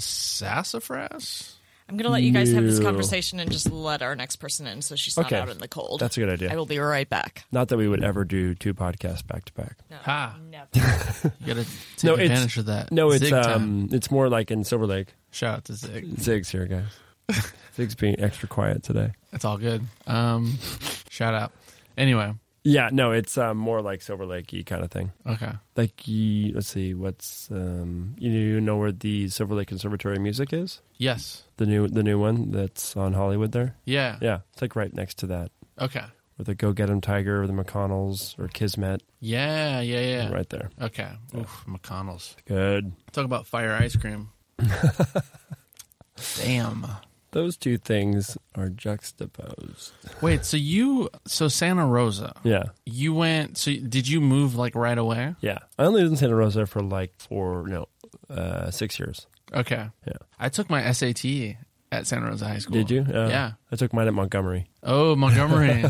F: sassafras.
E: I'm gonna let you guys have this
B: No.
E: conversation and just let our next person in, so she's
B: Okay.
E: not out in the cold.
B: That's a good idea.
E: I will be right back.
B: Not that we would ever do two podcasts back to back.
E: No,
F: Ha.
E: never.
F: You gotta take
B: No, it's-
F: advantage of that.
B: No, it's
F: Zig time.
B: um, it's more like in Silver Lake.
F: shout out to Zig.
B: Zig's here, guys. [laughs] Zig's being extra quiet today.
F: It's all good. Um, shout out. Anyway,
B: Yeah, no, it's um, more like Silver Lakey kind of thing.
F: okay.
B: Like, you, let's see, what's um, you, you know where the Silver Lake Conservatory of Music is?
F: Yes.
B: The new the new one that's on Hollywood there.
F: Yeah.
B: Yeah, it's like right next to that.
F: Okay.
B: With the Go Get 'Em Tiger, or the McConnells, or Kismet,
F: Yeah. Yeah. Yeah.
B: right there.
F: Okay. Oof, McConnell's.
B: Good.
F: Talk about fire
B: [laughs]
F: ice cream. Damn.
B: Those two things are juxtaposed.
F: Wait. So you. So Santa Rosa.
B: Yeah,
F: You went. So did you move like right away?
B: yeah. I only lived in Santa Rosa for like four, no, uh, six years.
F: Okay.
B: Yeah.
F: I took my SAT at Santa Rosa High School.
B: Did you? Uh,
F: yeah.
B: I took mine at Montgomery.
F: Oh,
B: [laughs]
F: Montgomery.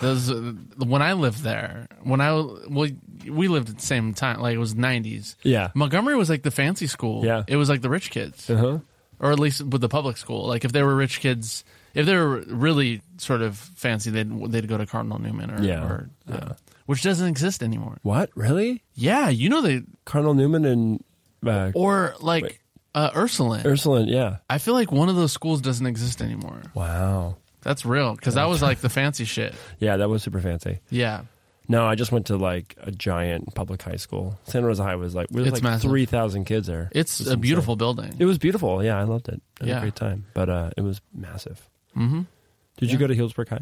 F: Those uh, when I lived there, when I well, we lived at the same time. Like it was nineties.
B: Yeah.
F: Montgomery was like the fancy school.
B: Yeah.
F: it was like the rich kids,
B: Uh huh.
F: or at least with the public school. Like if they were rich kids, if they were really sort of fancy, they'd they'd go to Cardinal Newman or,
B: Yeah.
F: or, uh, which doesn't exist anymore.
B: What? Really?
F: Yeah, you know they
B: Cardinal Newman and uh,
F: or like uh, Ursuline.
B: Ursuline. Yeah.
F: I feel like one of those schools doesn't exist anymore.
B: Wow.
F: That's real because that was like the fancy shit.
B: Yeah, that was super fancy.
F: Yeah.
B: No, I just went to like a giant public high school. Santa Rosa High was like we was
F: It's
B: like
F: massive.
B: three thousand kids there.
F: It's
B: It was
F: a beautiful
B: insane.
F: building.
B: It was beautiful. Yeah, I loved it. I had
F: Yeah.
B: a great time. But uh, it was massive.
F: hmm
B: Did you go to Hillsburg High?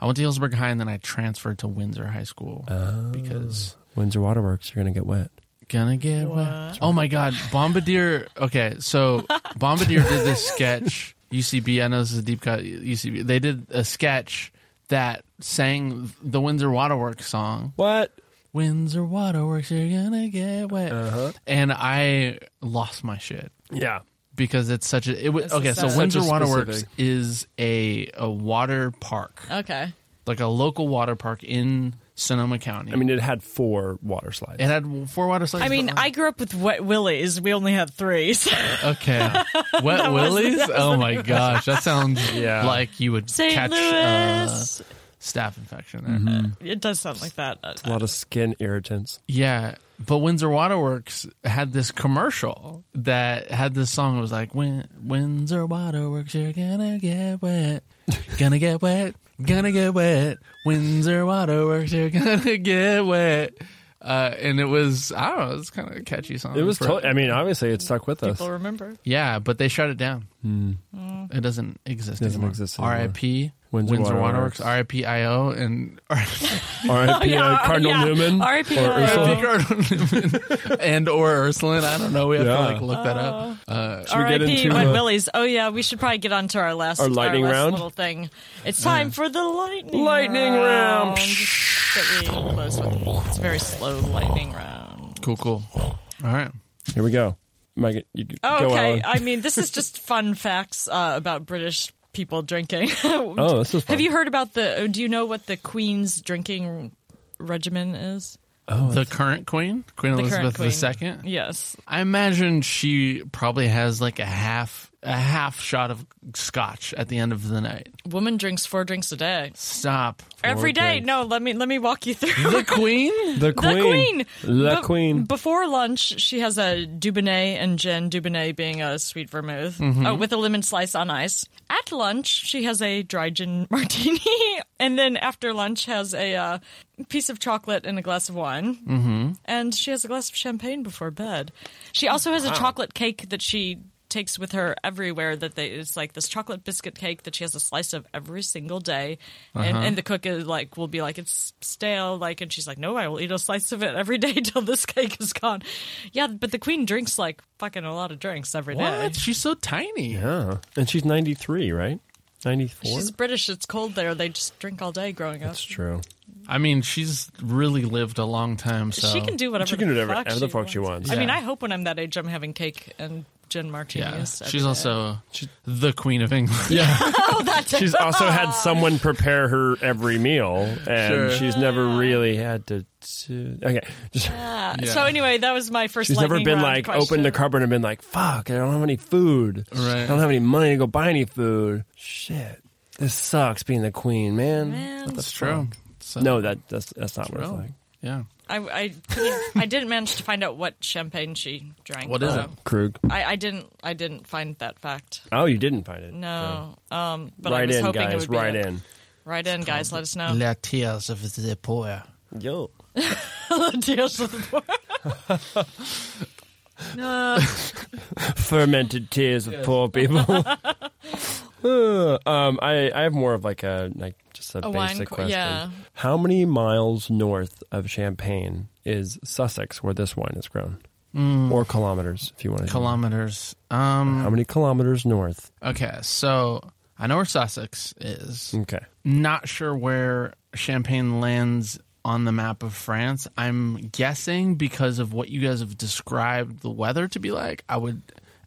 F: I went to Hillsburg High and then I transferred to Windsor High School
B: Oh.
F: because
B: Windsor Waterworks. You're gonna get wet.
F: gonna get wet. Oh my God, Bombardier. Okay, so Bombardier did this sketch UCB. I know this is a deep cut. UCB. They did a sketch that sang the Windsor Waterworks song.
B: What?
F: Windsor Waterworks, you're gonna get wet.
B: Uh-huh.
F: And I lost my shit
B: Yeah.
F: because it's such a. It was,
E: so
F: okay, so
E: sad.
F: Windsor
B: Such a
F: Waterworks
B: specific.
F: is a a water park,
E: Okay.
F: like a local water park in Sonoma County.
B: I mean, it had four water slides.
F: it had four water slides.
E: [laughs]
F: Oh,
E: I mean,
F: but,
E: I grew up with wet willies. We only had three. [laughs] So,
F: Okay. Wet willies? Oh my gosh. That sounds
B: [laughs] Yeah.
F: like you would
E: St.
F: catch uh,
E: Louis.
F: staph infection there.
B: Mm-hmm.
E: it does sound like that. Uh,
B: mm. a lot of skin irritants.
F: Yeah. But Windsor Waterworks had this commercial that had this song. It was like, Win- Windsor Waterworks, you're gonna get wet. Gonna get wet. Gonna get wet. Windsor Waterworks, you're gonna [laughs] get wet. Uh, and it was, I don't know, it was kind of a catchy song.
B: It was.
F: for-
B: To- I mean, obviously, it stuck with us.
E: People remember.
F: Yeah, but they shut it down. It doesn't exist.
B: Hmm. Doesn't
F: anymore.
B: exist anymore.
F: R.I.P.
B: Windsor
F: Windsor,
B: Waterworks.
F: Waterworks. R.I.P. I.O. and [laughs] R.I.P.
B: [laughs] R.I.P.
E: [laughs] Yeah,
B: uh, Cardinal
E: yeah.
B: Newman.
E: R.I.P.
B: Or uh,
E: R.I.P.
B: Ursula.
F: Cardinal Newman [laughs] and or Ursuline. I don't know. We have
B: Yeah.
F: to like look that up. Uh,
B: we get
E: R.I.P.
B: into,
E: Wet
B: uh,
E: Willies. Oh yeah, we should probably get on to our last
B: Our lightning
E: last
B: round?
E: little thing. It's time for the lightning
B: Lightning round.
E: round that we close with. It's a very slow lightning round.
F: cool, cool. All right.
B: Here we go. Mike, you g-
E: Oh,
B: go
E: okay.
B: Alan.
E: I mean, this
B: [laughs]
E: is just fun facts uh, about British people drinking. [laughs]
B: oh, this is. Fun.
E: Have you heard about the? Do you know what the Queen's drinking regimen is?
B: Oh,
F: the current queen, Queen
E: The current
F: Elizabeth
E: queen.
F: II.
E: Yes.
F: I imagine she probably has like a half a half shot of scotch at the end of the night.
E: Woman drinks four drinks a day.
F: Stop.
E: Every day. No, let me let me walk you through.
F: The
E: [laughs]
F: queen?
B: The
E: The
B: queen.
E: queen.
B: The
E: Be-
B: queen.
E: Before lunch, she has a Dubonnet and gin, Dubonnet being a sweet vermouth
B: Mm-hmm.
E: oh, with a lemon slice on ice. At lunch, she has a dry gin [laughs] martini. and then after lunch, has a uh, piece of chocolate and a glass of wine. Mm-hmm. And she has a glass of champagne before bed. She also has a chocolate cake that she takes with her everywhere that they it's like this chocolate biscuit cake that she has a slice of every single day and,
B: Uh-huh.
E: and the cook is like will be like it's stale like and she's like no i will eat a slice of it every day [laughs] till this cake is gone yeah but the queen drinks like fucking a lot of drinks every day.
F: What? She's so tiny.
B: Yeah, Ah, and she's ninety three, right? Ninety four.
E: she's british it's cold there they just drink all day growing up
B: That's true.
F: I mean, she's really lived a long time, so
E: she can do whatever
B: She can do
E: the
B: whatever-
E: fuck
B: whatever the fuck she wants.
E: i mean
F: Yeah.
E: i hope when i'm that age i'm having cake and gin
F: Yeah,
E: martinis every
F: she's
E: day.
F: also the queen of England.
B: Yeah,
E: oh that
B: she's also had [laughs] someone prepare her every meal, and
F: Sure.
B: she's never really had to. to okay, just,
E: Yeah. Uh, so anyway that was my first
B: she's never
E: lightning
B: been
E: round
B: like
E: question.
B: opened the cupboard and been like, "Fuck, I don't have any food.
F: Right.
B: I don't have any money to go buy any food. Shit, this sucks being the queen, man.
E: Man.
F: That's true. So,
B: No, that that's that's not what it's
F: oh,
B: like.
F: yeah.
E: I, I, couldn't- I didn't manage to find out what champagne she drank. Um,
F: What is it?
B: Krug.
E: I, I didn't I didn't find that fact.
B: Oh, you didn't find it.
E: No.
F: Oh.
E: Um but I
B: Right
E: was
B: in,
E: hoping it
B: guys.
E: would be
B: Right
E: it.
B: in.
E: Right in, guys, let us [laughs] know.
F: La tears of the poor.
B: Yo.
E: Tears of the poor.
B: [laughs]
F: [laughs]
B: fermented tears of poor
E: [laughs]
B: people. [laughs] Uh, um, I I have more of like a like just a,
E: A wine
B: basic
E: qu-
B: question.
E: yeah.
B: How many miles north of Champagne is Sussex, where this wine is grown, or kilometers, if you want to?
F: Kilometers. Um.
B: How many kilometers north?
F: Okay, so I know where Sussex is.
B: Okay.
F: Not sure where Champagne lands on the map of France. I'm guessing because of what you guys have described the weather to be like. I would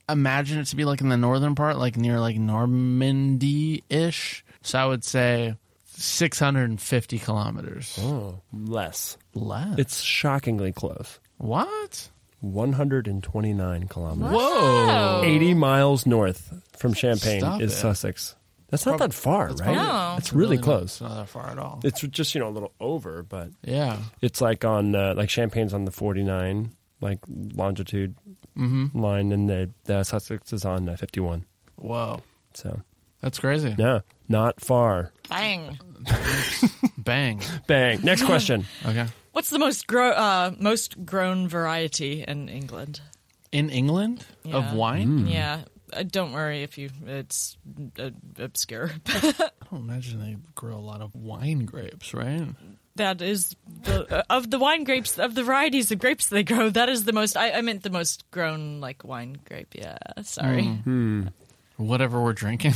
F: imagine it to be like in the northern part, like near like Normandy ish. So I would say 650 kilometers.
B: Oh, less.
F: Less.
B: It's shockingly close.
F: what?
B: One hundred and twenty-nine kilometers.
F: Whoa.
B: Eighty miles north from Champagne
F: Stop
B: is
F: it.
B: Sussex. That's not that far, right?
E: probably-
B: It's really
F: not-
B: close.
F: It's not that far at all.
B: It's just you know a little over, but
F: yeah.
B: it's like on uh, like champagne's on the 49 like longitude line and the, the sussex is on uh, 51
F: Whoa.
B: so
F: That's crazy.
B: yeah not far
E: Bang.
F: Bang.
B: bang next question
F: Okay.
E: What's the most grow uh most grown variety in England?
F: In England
E: Yeah.
F: of
B: Mm.
F: wine?
E: Yeah. Uh, don't worry if you it's uh, obscure. [laughs]
F: I don't imagine they grow a lot of wine grapes, right?
E: that is the uh, of the wine grapes of the varieties of grapes they
F: Hmm.
E: grow. That is the most. I, I meant the most grown like wine grape. Yeah, sorry.
F: whatever we're drinking?